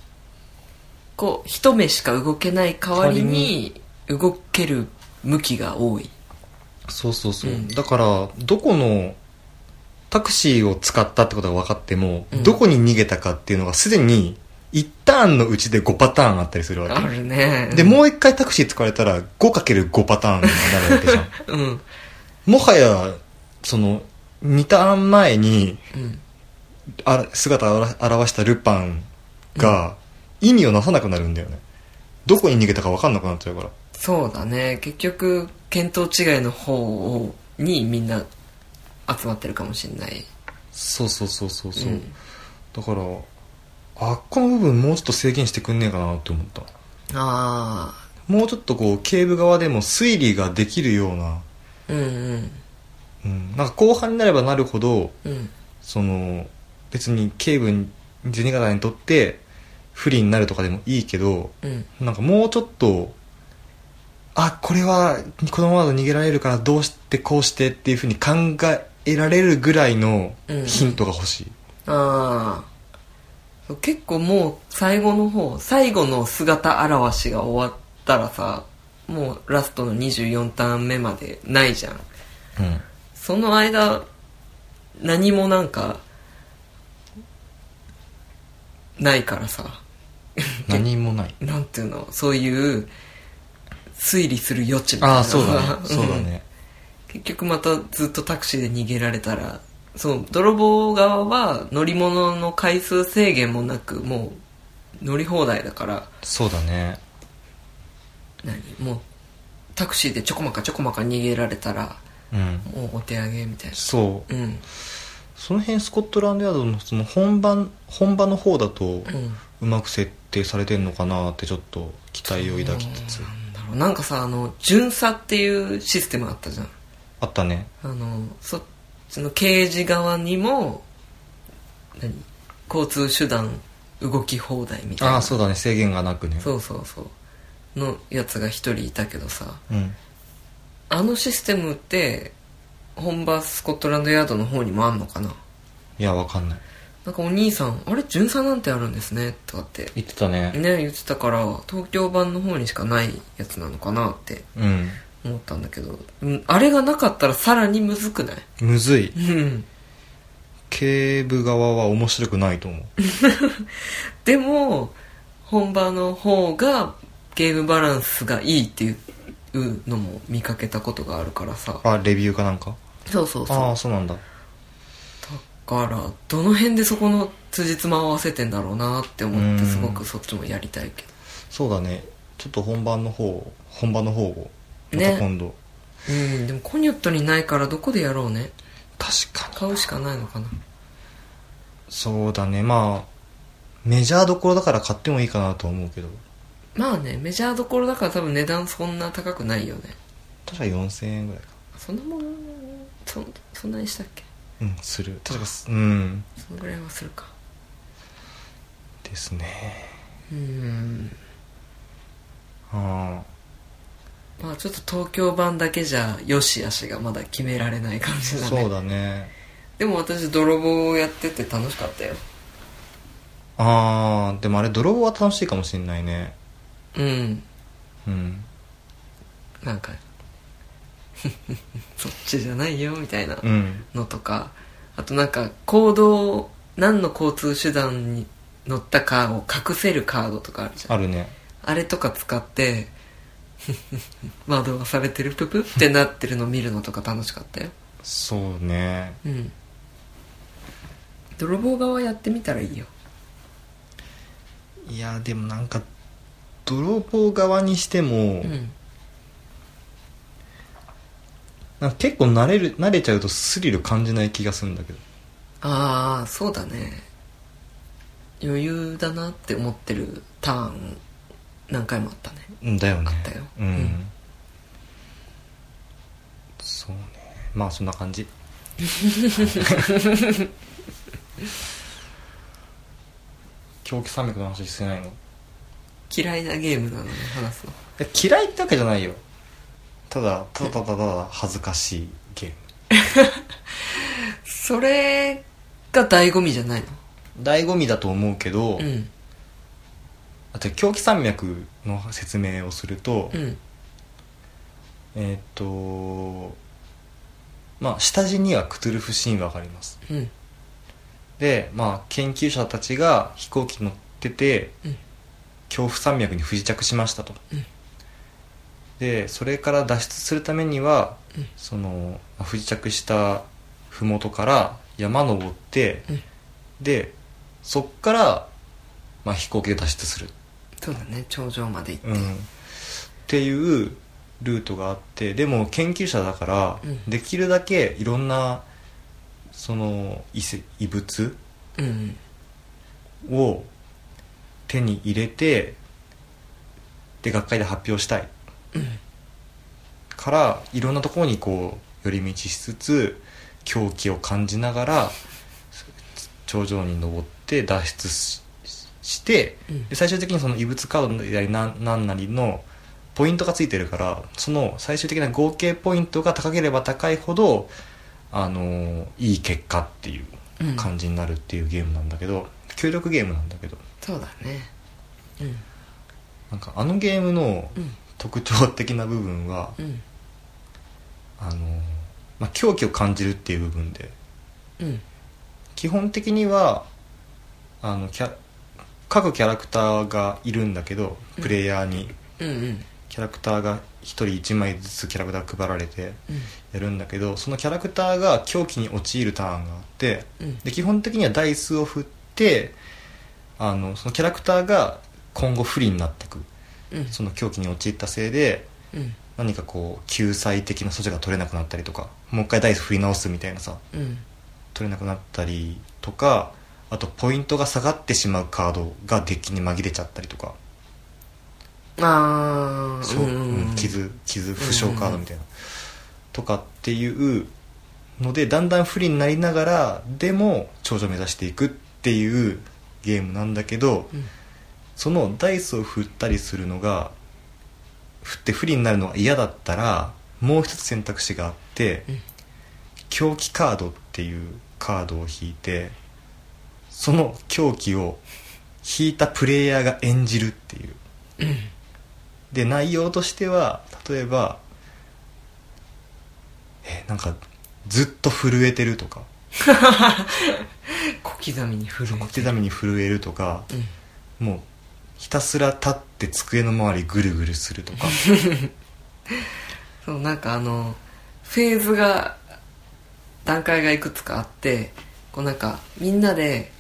[SPEAKER 2] 個一目しか動けない代わりに動ける向きが多い
[SPEAKER 1] そうそうそう、
[SPEAKER 2] うん
[SPEAKER 1] だからどこのタクシーを使ったってことが分かっても、
[SPEAKER 2] うん
[SPEAKER 1] どこに逃げたかっていうのがすでに1ターンのうちで5パターンあったりするわ
[SPEAKER 2] あ
[SPEAKER 1] け
[SPEAKER 2] るね
[SPEAKER 1] でもう1回タクシー使われたら 5×5 パターンになるわけじゃん
[SPEAKER 2] うん
[SPEAKER 1] もはやその2ターン前に
[SPEAKER 2] うん
[SPEAKER 1] あら姿を現したルパンが意味をなさなくなるんだよねどこに逃げたか分かんなくなっちゃうから
[SPEAKER 2] そうだね結局見当違いの方をにみんな集まってるかもしれない
[SPEAKER 1] そうそうそうそうそう、
[SPEAKER 2] ん
[SPEAKER 1] だからあっこの部分もうちょっと制限してくんねえかなって思った
[SPEAKER 2] あ
[SPEAKER 1] もうちょっとこう警部側でも推理ができるような、
[SPEAKER 2] あうんうん
[SPEAKER 1] うん、なんか後半になればなるほど
[SPEAKER 2] うん
[SPEAKER 1] その別に警部に銭形にとって不利になるとかでもいいけど
[SPEAKER 2] うん
[SPEAKER 1] なんかもうちょっとあこれはこのままだと逃げられるからどうしてこうしてっていうふうに考えられるぐらいのヒントが欲しい、
[SPEAKER 2] ああ結構もう最後の方最後の姿表しが終わったらさもうラストの24ターン目までないじゃん
[SPEAKER 1] うん
[SPEAKER 2] その間何もなんかないからさ
[SPEAKER 1] 何もない
[SPEAKER 2] なんていうのそういう推理する余地みたいな
[SPEAKER 1] ああそうだね
[SPEAKER 2] ん
[SPEAKER 1] そうだね
[SPEAKER 2] 結局またずっとタクシーで逃げられたらそう泥棒側は乗り物の回数制限もなくもう乗り放題だから
[SPEAKER 1] そうだね
[SPEAKER 2] 何もうタクシーでちょこまかちょこまか逃げられたら
[SPEAKER 1] うん
[SPEAKER 2] もうお手上げみたいな
[SPEAKER 1] そう
[SPEAKER 2] うん
[SPEAKER 1] その辺スコットランドヤードのその本番本場の方だと
[SPEAKER 2] うん
[SPEAKER 1] うまく設定されてんのかなってちょっと期待を抱きつつ
[SPEAKER 2] なんだろうなんかさあの巡査っていうシステムあったじゃん
[SPEAKER 1] あったね
[SPEAKER 2] あのそっちの刑事側にも何交通手段動き放題みたいな
[SPEAKER 1] ああそうだね制限がなくね
[SPEAKER 2] そうそうそうのやつが一人いたけどさ
[SPEAKER 1] うん
[SPEAKER 2] あのシステムって本場スコットランドヤードの方にもあんのかない
[SPEAKER 1] やわかんない
[SPEAKER 2] なんかお兄さん「あれ巡査なんてあるんですね」とかって
[SPEAKER 1] 言ってたね
[SPEAKER 2] ね言ってたから東京版の方にしかないやつなのかなって
[SPEAKER 1] うん
[SPEAKER 2] 思ったんだけど、うん、あれがなかったらさらにむずくない
[SPEAKER 1] むずい
[SPEAKER 2] うん
[SPEAKER 1] 警部側は面白くないと思う
[SPEAKER 2] でも本場の方がゲームバランスがいいっていうのも見かけたことがあるからさ
[SPEAKER 1] あレビューかなんか
[SPEAKER 2] そうそうそう
[SPEAKER 1] ああそうなんだ
[SPEAKER 2] だからどの辺でそこの辻褄を合わせてんだろうなって思って
[SPEAKER 1] うん
[SPEAKER 2] すごくそっちもやりたいけ
[SPEAKER 1] そうだねちょっと本番の方本番の方をま
[SPEAKER 2] ね
[SPEAKER 1] た今度
[SPEAKER 2] どうんでもコニョットにないからどこでやろうね
[SPEAKER 1] 確かに
[SPEAKER 2] 買うしかないのかな
[SPEAKER 1] そうだねまあメジャーどころだから買ってもいいかなと思うけど
[SPEAKER 2] まあねメジャーどころだから多分値段そんな高くないよね
[SPEAKER 1] 確か4000円ぐらいか
[SPEAKER 2] そんなもんそそんなにしたっけ
[SPEAKER 1] うんする確かすうん
[SPEAKER 2] そのぐらいはするか
[SPEAKER 1] ですね
[SPEAKER 2] うん
[SPEAKER 1] あ
[SPEAKER 2] まあちょっと東京版だけじゃ良し悪しがまだ決められない感
[SPEAKER 1] あ
[SPEAKER 2] じだね
[SPEAKER 1] そうだね
[SPEAKER 2] でも私泥棒をやってて楽しかったよ
[SPEAKER 1] ああでもあれ泥棒は楽しいかもしんないね
[SPEAKER 2] うん
[SPEAKER 1] うん
[SPEAKER 2] なんか そっちじゃないよみたいな
[SPEAKER 1] うん
[SPEAKER 2] のとかあとなんか行動何の交通手段に乗ったかを隠せるカードとかあるじゃん
[SPEAKER 1] あるね
[SPEAKER 2] あれとか使って 窓がされてるププってなってるの見るのとか楽しかったよ
[SPEAKER 1] そうね
[SPEAKER 2] うん泥棒側やってみたらいいよ
[SPEAKER 1] いやでもなんか泥棒側にしても、
[SPEAKER 2] うん
[SPEAKER 1] なんか結構慣れる慣れちゃうとスリル感じない気がするんだけど
[SPEAKER 2] ああそうだね余裕だなって思ってるターン何回もあったね
[SPEAKER 1] うんだよね
[SPEAKER 2] あったよ
[SPEAKER 1] うん、
[SPEAKER 2] うん
[SPEAKER 1] そうねまあそんな 感じ狂気山脈の話してないの
[SPEAKER 2] 嫌いなゲームなのね話すの
[SPEAKER 1] え嫌いってわけじゃないよただただただただ恥ずかしいゲーム
[SPEAKER 2] それが醍醐味じゃないの
[SPEAKER 1] 醍醐味だと思うけど、
[SPEAKER 2] うん
[SPEAKER 1] あと狂気山脈の説明をすると、
[SPEAKER 2] うん
[SPEAKER 1] えーっ、とまあ下地にはクトゥルフ神話があります
[SPEAKER 2] うん
[SPEAKER 1] でまあ研究者たちが飛行機乗ってて
[SPEAKER 2] うん
[SPEAKER 1] 恐怖山脈に不時着しましたと、
[SPEAKER 2] うん
[SPEAKER 1] でそれから脱出するためには、
[SPEAKER 2] うん
[SPEAKER 1] そのまあ不時着した麓から山登って、
[SPEAKER 2] うん
[SPEAKER 1] でそっから、まあ、飛行機で脱出する
[SPEAKER 2] そうだね頂上まで行って、
[SPEAKER 1] うん、っていうルートがあってでも研究者だから、
[SPEAKER 2] うん
[SPEAKER 1] できるだけいろんなその遺跡遺物
[SPEAKER 2] うんうん
[SPEAKER 1] を手に入れてで学会で発表したい
[SPEAKER 2] うん
[SPEAKER 1] からいろんなところにこう寄り道しつつ狂気を感じながら頂上に登って脱出しして
[SPEAKER 2] うん
[SPEAKER 1] で最終的にその異物カードなりなんなんなりのポイントがついてるからその最終的な合計ポイントが高ければ高いほどあのーいい結果っていう
[SPEAKER 2] うん
[SPEAKER 1] 感じになるっていうゲームなんだけど、協力ゲームなんだけど
[SPEAKER 2] そうだねうん
[SPEAKER 1] なんかあのゲームの
[SPEAKER 2] うん
[SPEAKER 1] 特徴的な部分は、
[SPEAKER 2] うん
[SPEAKER 1] あのーまあ、狂気を感じるっていう部分で
[SPEAKER 2] うん
[SPEAKER 1] 基本的にはあのキャ各キャラクターがいるんだけどプレイヤーに
[SPEAKER 2] うんうん
[SPEAKER 1] キャラクターが1人1枚ずつキャラクターが配られて
[SPEAKER 2] うん
[SPEAKER 1] やるんだけどそのキャラクターが狂気に陥るターンがあって
[SPEAKER 2] うん
[SPEAKER 1] で基本的にはダイスを振ってあのそのキャラクターが今後不利になっていく
[SPEAKER 2] うん
[SPEAKER 1] その狂気に陥ったせいで
[SPEAKER 2] うん
[SPEAKER 1] 何かこう救済的な措置が取れなくなったりとかもう一回ダイス振り直すみたいなさ
[SPEAKER 2] うん
[SPEAKER 1] 取れなくなったりとかあとポイントが下がってしまうカードがデッキに紛れちゃったりとか
[SPEAKER 2] ああ
[SPEAKER 1] そう、
[SPEAKER 2] ん
[SPEAKER 1] うん傷傷負傷カードみたいな、とかっていうのでだんだん不利になりながらでも頂上目指していくっていうゲームなんだけど
[SPEAKER 2] うん
[SPEAKER 1] そのダイスを振ったりするのが振って不利になるのが嫌だったらもう一つ選択肢があって、
[SPEAKER 2] うん
[SPEAKER 1] 狂気カードっていうカードを引いてその狂気を引いたプレイヤーが演じるっていう、で内容としては例えばえなんかずっと震えてるとか
[SPEAKER 2] 小刻みに振る
[SPEAKER 1] 小刻みに震えるとか
[SPEAKER 2] うん
[SPEAKER 1] もうひたすら立って机の周りぐるぐるするとか
[SPEAKER 2] そうなんかあのフェーズが段階がいくつかあってこうなんかみんなで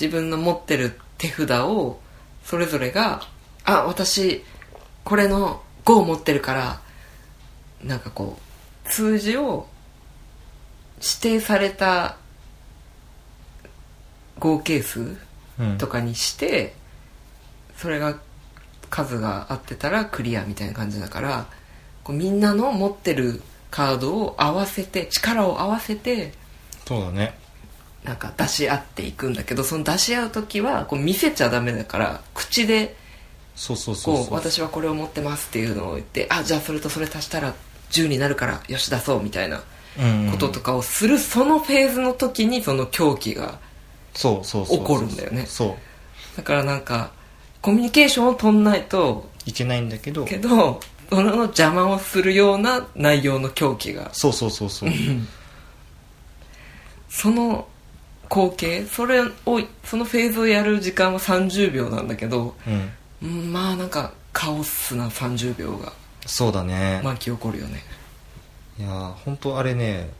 [SPEAKER 2] 自分の持ってる手札をそれぞれが「あ私これの5を持ってるから」なんかこう数字を指定された合計数
[SPEAKER 1] うん
[SPEAKER 2] とかにしてそれが数が合ってたらクリアみたいな感じだからこうみんなの持ってるカードを合わせて力を合わせて
[SPEAKER 1] そうだね
[SPEAKER 2] なんか出し合っていくんだけどその出し合う時はこう見せちゃダメだから口で
[SPEAKER 1] そうそうそう
[SPEAKER 2] こ
[SPEAKER 1] そう
[SPEAKER 2] う私はこれを持ってますっていうのを言ってあじゃあそれとそれ足したら10になるからよし出そうみたいな
[SPEAKER 1] うん
[SPEAKER 2] こととかをするそのフェーズの時にその狂気が
[SPEAKER 1] そうそうそうそう
[SPEAKER 2] 起こるんだよね
[SPEAKER 1] そう
[SPEAKER 2] だからなんかコミュニケーションを取んないと
[SPEAKER 1] いけないんだけど
[SPEAKER 2] けどその邪魔をするような内容の狂気が
[SPEAKER 1] そうそうそうそう
[SPEAKER 2] その光景それをそのフェーズをやる時間は30秒なんだけど
[SPEAKER 1] うん
[SPEAKER 2] うんまあなんかカオスな30秒が
[SPEAKER 1] そうだね、
[SPEAKER 2] 満期起こるよね
[SPEAKER 1] いやー本当あれね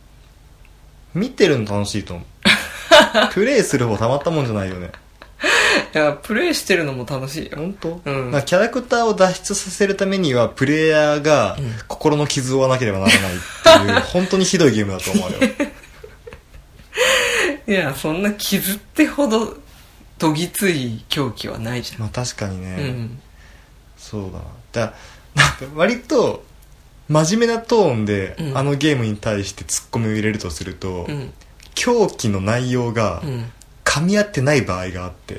[SPEAKER 1] 見てるの楽しいと 思うプレイする方たまったもんじゃないよね
[SPEAKER 2] いやプレイしてるのも楽しいよ
[SPEAKER 1] 本当、
[SPEAKER 2] うん
[SPEAKER 1] まあキャラクターを脱出させるためにはプレイヤーが
[SPEAKER 2] うん
[SPEAKER 1] 心の傷を負わなければならない っていう本当にひどいゲームだと思うよ
[SPEAKER 2] いやそんな傷ってほどどぎつい狂気はないじゃん、
[SPEAKER 1] まあ確かにね、
[SPEAKER 2] うん
[SPEAKER 1] そうだなだ なんか割と真面目なトーンで、
[SPEAKER 2] うん
[SPEAKER 1] あのゲームに対してツッコミを入れるとすると、
[SPEAKER 2] うん
[SPEAKER 1] 狂気の内容が
[SPEAKER 2] うん
[SPEAKER 1] 噛み合ってない場合があって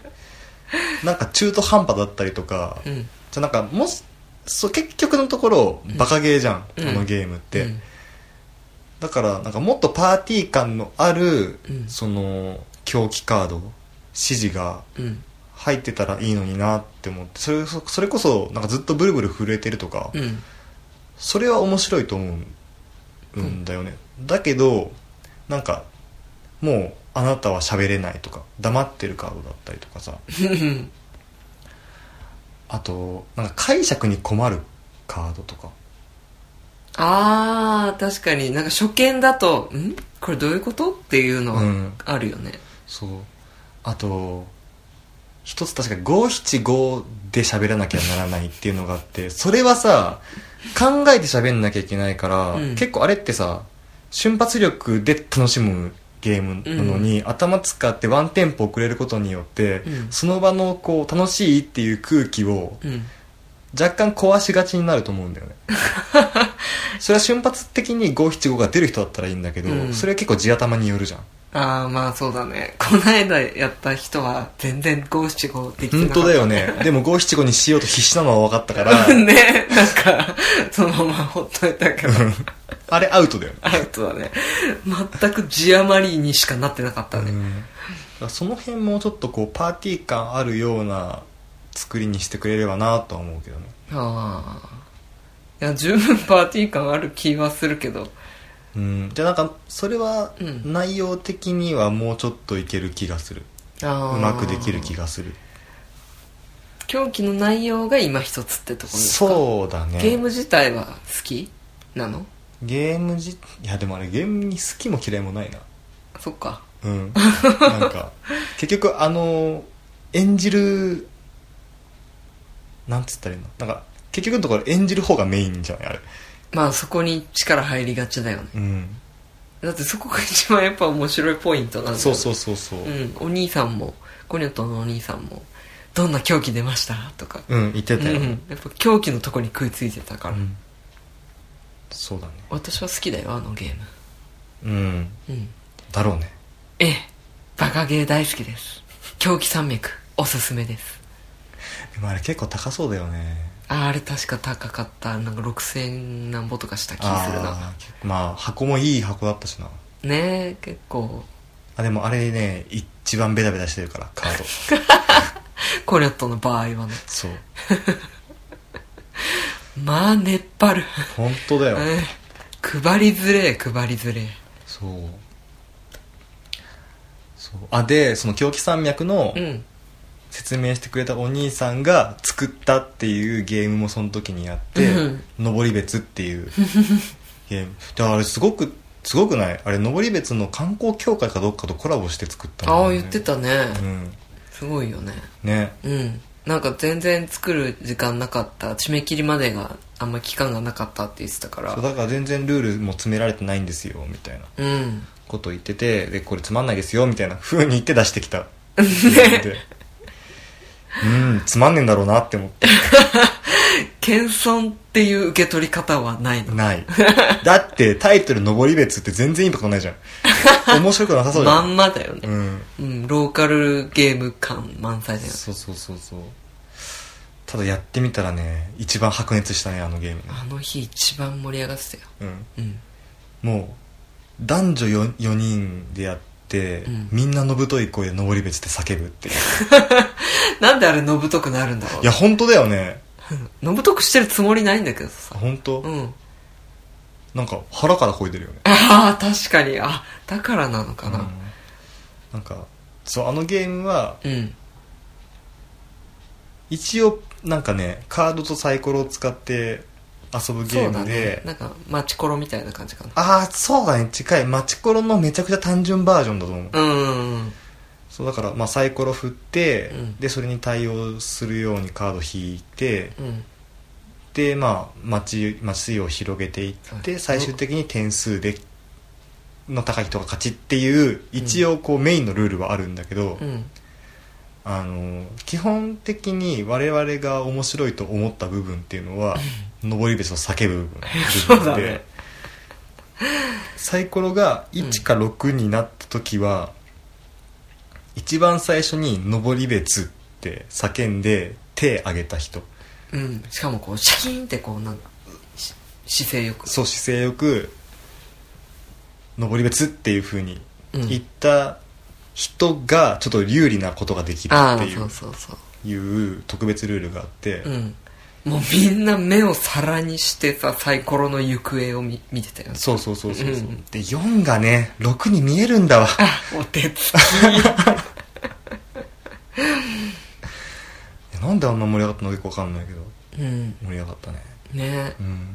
[SPEAKER 1] なんか中途半端だったりとか、
[SPEAKER 2] うん
[SPEAKER 1] じゃあなんかもしそう結局のところバカゲーじゃん、
[SPEAKER 2] うん
[SPEAKER 1] あのゲームって、
[SPEAKER 2] うん
[SPEAKER 1] だからなんかもっとパーティー感のある、
[SPEAKER 2] うん
[SPEAKER 1] その狂気カード指示が
[SPEAKER 2] うん
[SPEAKER 1] 入ってたらいいのになって思ってそれそそれこそなんかずっとブルブル震えてるとか、
[SPEAKER 2] うん
[SPEAKER 1] それは面白いと思ううんだよね、だけどなんかもうあなたは喋れないとか黙ってるカードだったりとかさ
[SPEAKER 2] うん
[SPEAKER 1] あとなんか解釈に困るカードとか
[SPEAKER 2] ああ確かになんか初見だと「んこれどういうこと?」っていうの
[SPEAKER 1] う
[SPEAKER 2] は
[SPEAKER 1] ん
[SPEAKER 2] あるよね、
[SPEAKER 1] そうあと一つ確か五七五で喋らなきゃならないっていうのがあってそれはさ考えて喋んなきゃいけないから、
[SPEAKER 2] うん
[SPEAKER 1] 結構あれってさ瞬発力で楽しむゲームなのに、頭使ってワンテンポ遅れることによって、
[SPEAKER 2] うん
[SPEAKER 1] その場のこう楽しいっていう空気を
[SPEAKER 2] うん
[SPEAKER 1] 若干壊しがちになると思うん だよねそれは瞬発的に五七五が出る人だったらいいんだけど、
[SPEAKER 2] うん
[SPEAKER 1] それは結構地頭によるじゃん
[SPEAKER 2] ああまあそうだね こないだやった人は全然五七五できてな
[SPEAKER 1] 本
[SPEAKER 2] かった
[SPEAKER 1] 当だよね。 でも五七五にしようと必死なのは分かったから、
[SPEAKER 2] ねなんかそのままほっといたけど
[SPEAKER 1] あれアウトだよね。
[SPEAKER 2] アウトだね全く字余りにしかなってなかったね、
[SPEAKER 1] だからその辺もちょっとこうパーティー感あるような作りにしてくれればなとは思うけどね。
[SPEAKER 2] ああいや十分パーティー感ある気はするけど
[SPEAKER 1] うん。じゃあなんか、それは
[SPEAKER 2] うん
[SPEAKER 1] 内容的にはもうちょっといける気がする。
[SPEAKER 2] う
[SPEAKER 1] う
[SPEAKER 2] ま
[SPEAKER 1] まくできる気がする。
[SPEAKER 2] 狂気の内容が今一つってところですか
[SPEAKER 1] そうだね。
[SPEAKER 2] ゲーム自体は好きなの
[SPEAKER 1] ゲームじ、いやでもあれゲームに好きも嫌いもないな。
[SPEAKER 2] そっか
[SPEAKER 1] うん。なんか、結局、あの、演じる、なんつったらいいのなんか、結局のところ演じる方がメインじゃないあれ。
[SPEAKER 2] まあそこに力入りがちだよね
[SPEAKER 1] うん。
[SPEAKER 2] だってそこが一番やっぱ面白いポイントなんだよね
[SPEAKER 1] そうそうそうそう。
[SPEAKER 2] うん、お兄さんもコニョトンのお兄さんも「どんな狂気出ました?」とか、
[SPEAKER 1] うん、言って
[SPEAKER 2] うん
[SPEAKER 1] たよ。
[SPEAKER 2] やっぱ狂気のとこに食いついてたから、
[SPEAKER 1] うんそうだね。
[SPEAKER 2] 私は好きだよあのゲーム
[SPEAKER 1] うん。
[SPEAKER 2] うん
[SPEAKER 1] だろうね。
[SPEAKER 2] ええバカゲー大好きです狂気山脈おすすめです
[SPEAKER 1] でもあれ結構高そうだよね。
[SPEAKER 2] ああれ確か高かったなんか6000何ぼとかした気するな
[SPEAKER 1] あー結構まあ、箱もいい箱だったしな。
[SPEAKER 2] ねえ結構
[SPEAKER 1] あ、でもあれね、一番ベタベタしてるから、カー ド。
[SPEAKER 2] コニョトンの場合はね
[SPEAKER 1] そう。
[SPEAKER 2] まあ熱波る、
[SPEAKER 1] 本当だよ。
[SPEAKER 2] ええ配りづれえ配りづれえ
[SPEAKER 1] そうそうあでその狂気山脈の
[SPEAKER 2] うん
[SPEAKER 1] 説明してくれたお兄さんが作ったっていうゲームもその時にやって
[SPEAKER 2] うん
[SPEAKER 1] 「登、り別」って いうゲームであれすごくすごくないあれ登り別の観光協会かどっかとコラボして作ったんだ
[SPEAKER 2] あ
[SPEAKER 1] よ
[SPEAKER 2] あ
[SPEAKER 1] ね
[SPEAKER 2] 言ってたね
[SPEAKER 1] うん
[SPEAKER 2] すごいよね
[SPEAKER 1] ね
[SPEAKER 2] うんなんか全然作る時間なかった締め切りまでがあんま期間がなかったって言ってたから
[SPEAKER 1] そうだから全然ルールも詰められてないんですよみたいな
[SPEAKER 2] うん
[SPEAKER 1] ことを言っててでこれつまんないですよみたいな風に言って出してき たでうんつまんねえんだろうなって思って
[SPEAKER 2] 謙遜っていう受け取り方はないの
[SPEAKER 1] ない。だって、タイトル、登り別って全然いいとこないじゃん。面白くなさそうじゃ
[SPEAKER 2] ま
[SPEAKER 1] ん。
[SPEAKER 2] んまだよ
[SPEAKER 1] う
[SPEAKER 2] ね、
[SPEAKER 1] ん。
[SPEAKER 2] うんローカルゲーム感満載だよね
[SPEAKER 1] そうそうそうそう。ただやってみたらね、一番白熱したね、あのゲーム。
[SPEAKER 2] あの日一番盛り上がってたよ
[SPEAKER 1] うん。
[SPEAKER 2] うん
[SPEAKER 1] もう、男女 4, 4人でやって、
[SPEAKER 2] うん
[SPEAKER 1] みんなのぶとい声で登り別って叫ぶっていう。
[SPEAKER 2] なんであれのぶとくなるんだろう
[SPEAKER 1] いや、本当だよね。
[SPEAKER 2] のぶとくしてるつもりないんだけどさ
[SPEAKER 1] 本当、
[SPEAKER 2] うん
[SPEAKER 1] なんか腹から声出るよね。
[SPEAKER 2] ああ確かにあだからなのか
[SPEAKER 1] うん
[SPEAKER 2] な
[SPEAKER 1] なんか、そう、あのゲームは、
[SPEAKER 2] うん
[SPEAKER 1] 一応なんかねカードとサイコロを使って遊ぶゲ
[SPEAKER 2] そ
[SPEAKER 1] ー
[SPEAKER 2] うだ
[SPEAKER 1] ム
[SPEAKER 2] ね
[SPEAKER 1] で、
[SPEAKER 2] なんかマチコロみたいな感じかな
[SPEAKER 1] ああそうだね近いマチコロのめちゃくちゃ単純バージョンだと思う、
[SPEAKER 2] うん
[SPEAKER 1] そうだから、まあ、サイコロ振って、
[SPEAKER 2] うん
[SPEAKER 1] でそれに対応するようにカード引いて
[SPEAKER 2] うん
[SPEAKER 1] でまあ街街を広げていって、
[SPEAKER 2] はい
[SPEAKER 1] 最終的に点数での高い人が勝ちっていう一応こうメインのルールはあるんだけど、
[SPEAKER 2] うん
[SPEAKER 1] あの基本的に我々が面白いと思った部分っていうの は登り別の叫ぶ部分
[SPEAKER 2] そうだね
[SPEAKER 1] サイコロが1か6になった時は、一番最初に登り別って叫んで手挙げた人
[SPEAKER 2] うんしかもこうシャキーンってこうなんし姿勢よく
[SPEAKER 1] そう姿勢よく登り別っていう風に
[SPEAKER 2] うん
[SPEAKER 1] 言った人がちょっと有利なことができる
[SPEAKER 2] ああ
[SPEAKER 1] って
[SPEAKER 2] ー
[SPEAKER 1] い
[SPEAKER 2] そう
[SPEAKER 1] う
[SPEAKER 2] そうそう
[SPEAKER 1] いう特別ルールがあって、
[SPEAKER 2] うんもうみんな目を皿にしてさサイコロの行方を見見てたよね
[SPEAKER 1] そうそうそうそうそう、
[SPEAKER 2] うん
[SPEAKER 1] で4がね6に見えるんだわ
[SPEAKER 2] お手つき
[SPEAKER 1] なんであんな盛り上がったのかよくわかんないけど
[SPEAKER 2] うん
[SPEAKER 1] 盛り上がったね
[SPEAKER 2] ね
[SPEAKER 1] うん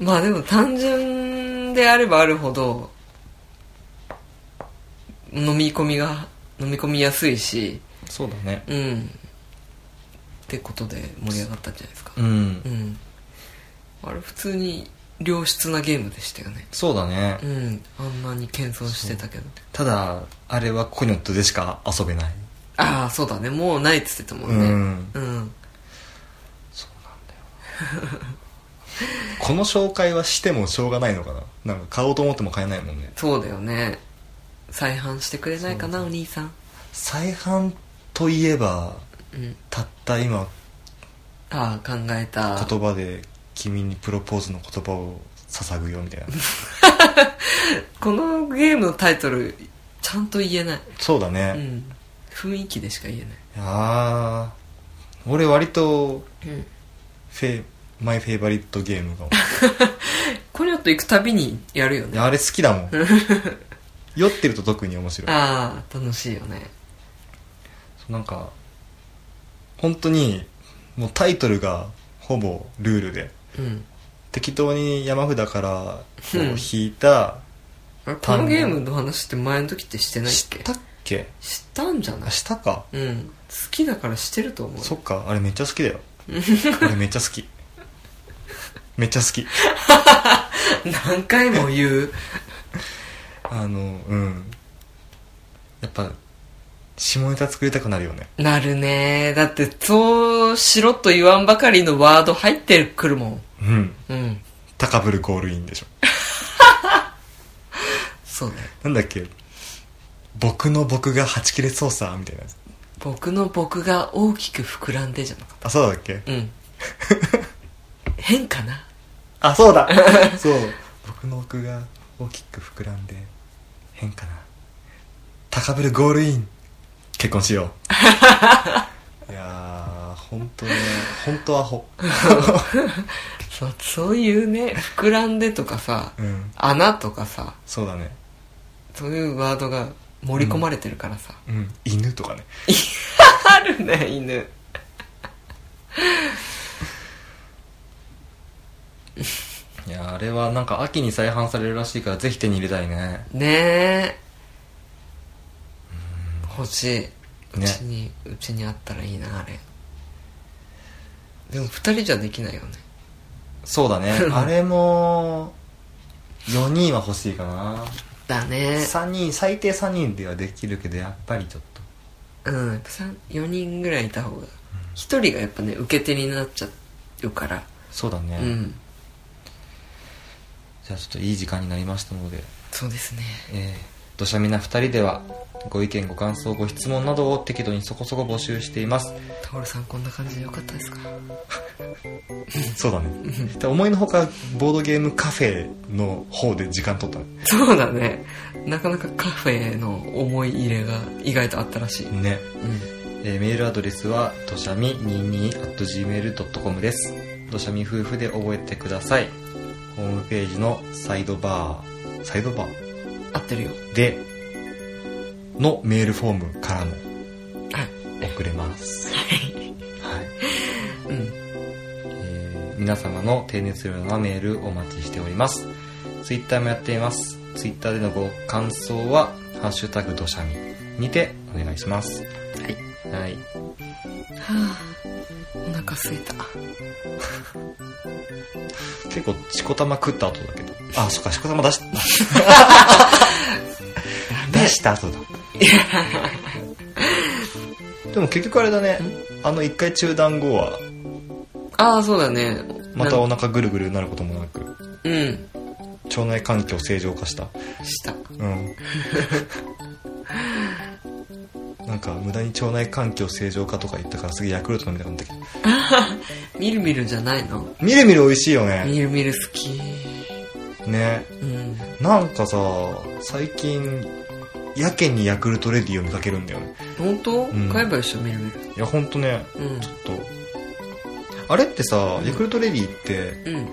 [SPEAKER 2] まあでも単純であればあるほど飲み込みが飲み込みやすいし
[SPEAKER 1] そうだね
[SPEAKER 2] うんってことで盛り上がったんじゃないですか
[SPEAKER 1] うん、
[SPEAKER 2] うんあれ普通に良質なゲームでしたよね
[SPEAKER 1] そうだね、
[SPEAKER 2] うんあんなに謙遜してたけど
[SPEAKER 1] ただあれはコニョットでしか遊べない
[SPEAKER 2] ああそうだねもうないっつってたもんね
[SPEAKER 1] うん
[SPEAKER 2] うん
[SPEAKER 1] この紹介はしてもしょうがないのかななんか買おうと思っても買えないもんね
[SPEAKER 2] そうだよね再販してくれないかなお兄さん
[SPEAKER 1] 再販といえば
[SPEAKER 2] うん
[SPEAKER 1] たった今
[SPEAKER 2] ああ考えた
[SPEAKER 1] 言葉で君にプロポーズの言葉を捧ぐよ みたいな
[SPEAKER 2] このゲームのタイトルちゃんと言えない、
[SPEAKER 1] そうだ
[SPEAKER 2] う
[SPEAKER 1] ね、
[SPEAKER 2] ん、雰囲気でしか言え
[SPEAKER 1] いやー俺割と
[SPEAKER 2] ない、うん、
[SPEAKER 1] フェイマイフェイバリットゲームが
[SPEAKER 2] コニョット行くたびにやるよ
[SPEAKER 1] い
[SPEAKER 2] ね
[SPEAKER 1] やあれ好きだ もん酔ってると特に面白い
[SPEAKER 2] ああ楽しいよね
[SPEAKER 1] なんか本当にもうタイトルがほぼルールで
[SPEAKER 2] うん
[SPEAKER 1] 適当に山札からこう
[SPEAKER 2] うん
[SPEAKER 1] 引いた、
[SPEAKER 2] あれこのゲームの話って前の時ってしてないっ
[SPEAKER 1] 知っ
[SPEAKER 2] け
[SPEAKER 1] たっけ
[SPEAKER 2] したんじゃな
[SPEAKER 1] あ
[SPEAKER 2] い
[SPEAKER 1] したか、
[SPEAKER 2] うん好きだからしてると思う
[SPEAKER 1] そっかあれめっちゃ好き だよ俺めっちゃ好きめっちゃ好き
[SPEAKER 2] 何回も言う
[SPEAKER 1] あのうんやっぱ下ネタ作りたくなるよね
[SPEAKER 2] なるねだってそうしろと言わんばかりのワード入ってくるもん
[SPEAKER 1] うん
[SPEAKER 2] うん
[SPEAKER 1] 高ぶるゴールインでしょ
[SPEAKER 2] そうね
[SPEAKER 1] なんだっけ僕の僕がはち切れそうさみたいなやつ
[SPEAKER 2] 僕の僕が大きく膨らんでじゃなかっ
[SPEAKER 1] あそうだっけ
[SPEAKER 2] たうん変かな
[SPEAKER 1] あそうだ そう僕の奥が大きく膨らんで変かな高ぶるゴールイン結婚しよ ういやー本当ね本当アホ
[SPEAKER 2] そうそういうね膨らんでとかさ
[SPEAKER 1] うん
[SPEAKER 2] 穴とかさ
[SPEAKER 1] そうだね
[SPEAKER 2] そういうワードが盛り込まれてるからさ、
[SPEAKER 1] うん犬とかね
[SPEAKER 2] あるね犬
[SPEAKER 1] いやーあれはなんか秋に再販されるらしいからぜひ手に入れたいね
[SPEAKER 2] ねえ欲しい
[SPEAKER 1] ね
[SPEAKER 2] うちに、うちにあったらいいなあれでも2人じゃできないよね
[SPEAKER 1] そう だねあれも4人は欲しいかな
[SPEAKER 2] だね
[SPEAKER 1] 3人最低3人ではできるけどやっぱりちょっと
[SPEAKER 2] うんやっぱ4人ぐらいいた方が1人がやっぱね受け手になっちゃうから
[SPEAKER 1] そうだね、
[SPEAKER 2] うん
[SPEAKER 1] じゃあちょっといい時間になりましたので
[SPEAKER 2] そうですね
[SPEAKER 1] えー、どしゃみな2人ではご意見ご感想ご質問などを適度にそこそこ募集しています
[SPEAKER 2] タオルさんこんな感じでよかったですか
[SPEAKER 1] そうだねで思いのほかボードゲームカフェの方で時間取ったね
[SPEAKER 2] そうだねなかなかカフェの思い入れが意外とあったらしい、うん、
[SPEAKER 1] ね、えーメールアドレスはどしゃみ 22.gmail.com ですどしゃみ夫婦で覚えてくださいホームページのサイドバーサイドバー
[SPEAKER 2] 合ってるよ
[SPEAKER 1] でのメールフォームからも
[SPEAKER 2] はい
[SPEAKER 1] 送くれます。
[SPEAKER 2] はい。
[SPEAKER 1] はい。
[SPEAKER 2] うん。
[SPEAKER 1] えー皆様の丁寧するようなメールお待ちしております。ツイッターもやっています。ツイッターでのご感想は、ハッシュタグドシャミにてお願いします。
[SPEAKER 2] はい。
[SPEAKER 1] はい。
[SPEAKER 2] はあ、お腹空いた。
[SPEAKER 1] 結構、しこたま食った後だけど。あ、そっか、しこたま出 し、出した後だ。でも結局あれだね。あの一回中断後は、
[SPEAKER 2] ああ、そうだね。
[SPEAKER 1] また
[SPEAKER 2] な
[SPEAKER 1] お
[SPEAKER 2] ん
[SPEAKER 1] 腹ぐるぐるになることもなく、
[SPEAKER 2] うん。
[SPEAKER 1] 腸内環境正常化した。
[SPEAKER 2] した。
[SPEAKER 1] うん。 なんか無駄に腸内環境正常化とか言ったからすげえヤクルト飲みたかったけど。
[SPEAKER 2] みるみるじゃないの
[SPEAKER 1] みるみる美味しいよね。
[SPEAKER 2] みるみる好き。
[SPEAKER 1] ね。
[SPEAKER 2] うん。
[SPEAKER 1] なんかさ、最近、やけにヤクルトレディを見かけるんだよね。
[SPEAKER 2] 本当、
[SPEAKER 1] ん
[SPEAKER 2] 買えば一緒みるみる。
[SPEAKER 1] いや、ほんとね、
[SPEAKER 2] うん。
[SPEAKER 1] ちょっと。あれってさ、ヤクルトレディって、
[SPEAKER 2] うん。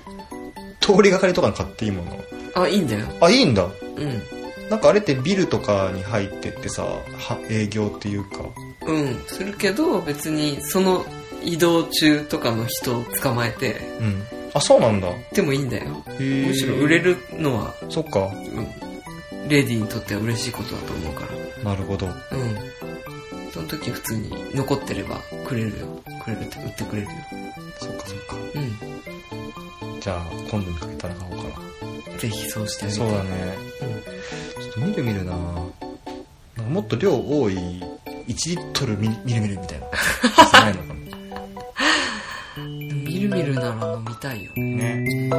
[SPEAKER 1] 通りがかりとかに買っていいもの
[SPEAKER 2] あ、いいんだよ。
[SPEAKER 1] あ、いいんだ。
[SPEAKER 2] うん。
[SPEAKER 1] なんかあれってビルとかに入ってってさ、は営業っていうか。
[SPEAKER 2] うん。するけど、別に、その移動中とかの人を捕まえて、
[SPEAKER 1] うん。あ、そうなんだ。へ
[SPEAKER 2] でもいいんだよ。
[SPEAKER 1] ー
[SPEAKER 2] むしろ売れ。るのは、
[SPEAKER 1] そっか。
[SPEAKER 2] うん。レディーにとっては嬉しいことだと思うか
[SPEAKER 1] なるほど。
[SPEAKER 2] ら。うん。その時普通に残ってればくれるよ。くれるって、売ってくれるよ。
[SPEAKER 1] そっかそっか。
[SPEAKER 2] うん。
[SPEAKER 1] じゃあ、今度見かけたら買おうか
[SPEAKER 2] ぜひそうしてあ
[SPEAKER 1] な。
[SPEAKER 2] げて。
[SPEAKER 1] そうだね。ちょっと見る見るななんかもっと量多い、1リットル見見る見るみ たいな。じゃないのかな。
[SPEAKER 2] うん。でもみるみるなら飲みたいよね。
[SPEAKER 1] ね。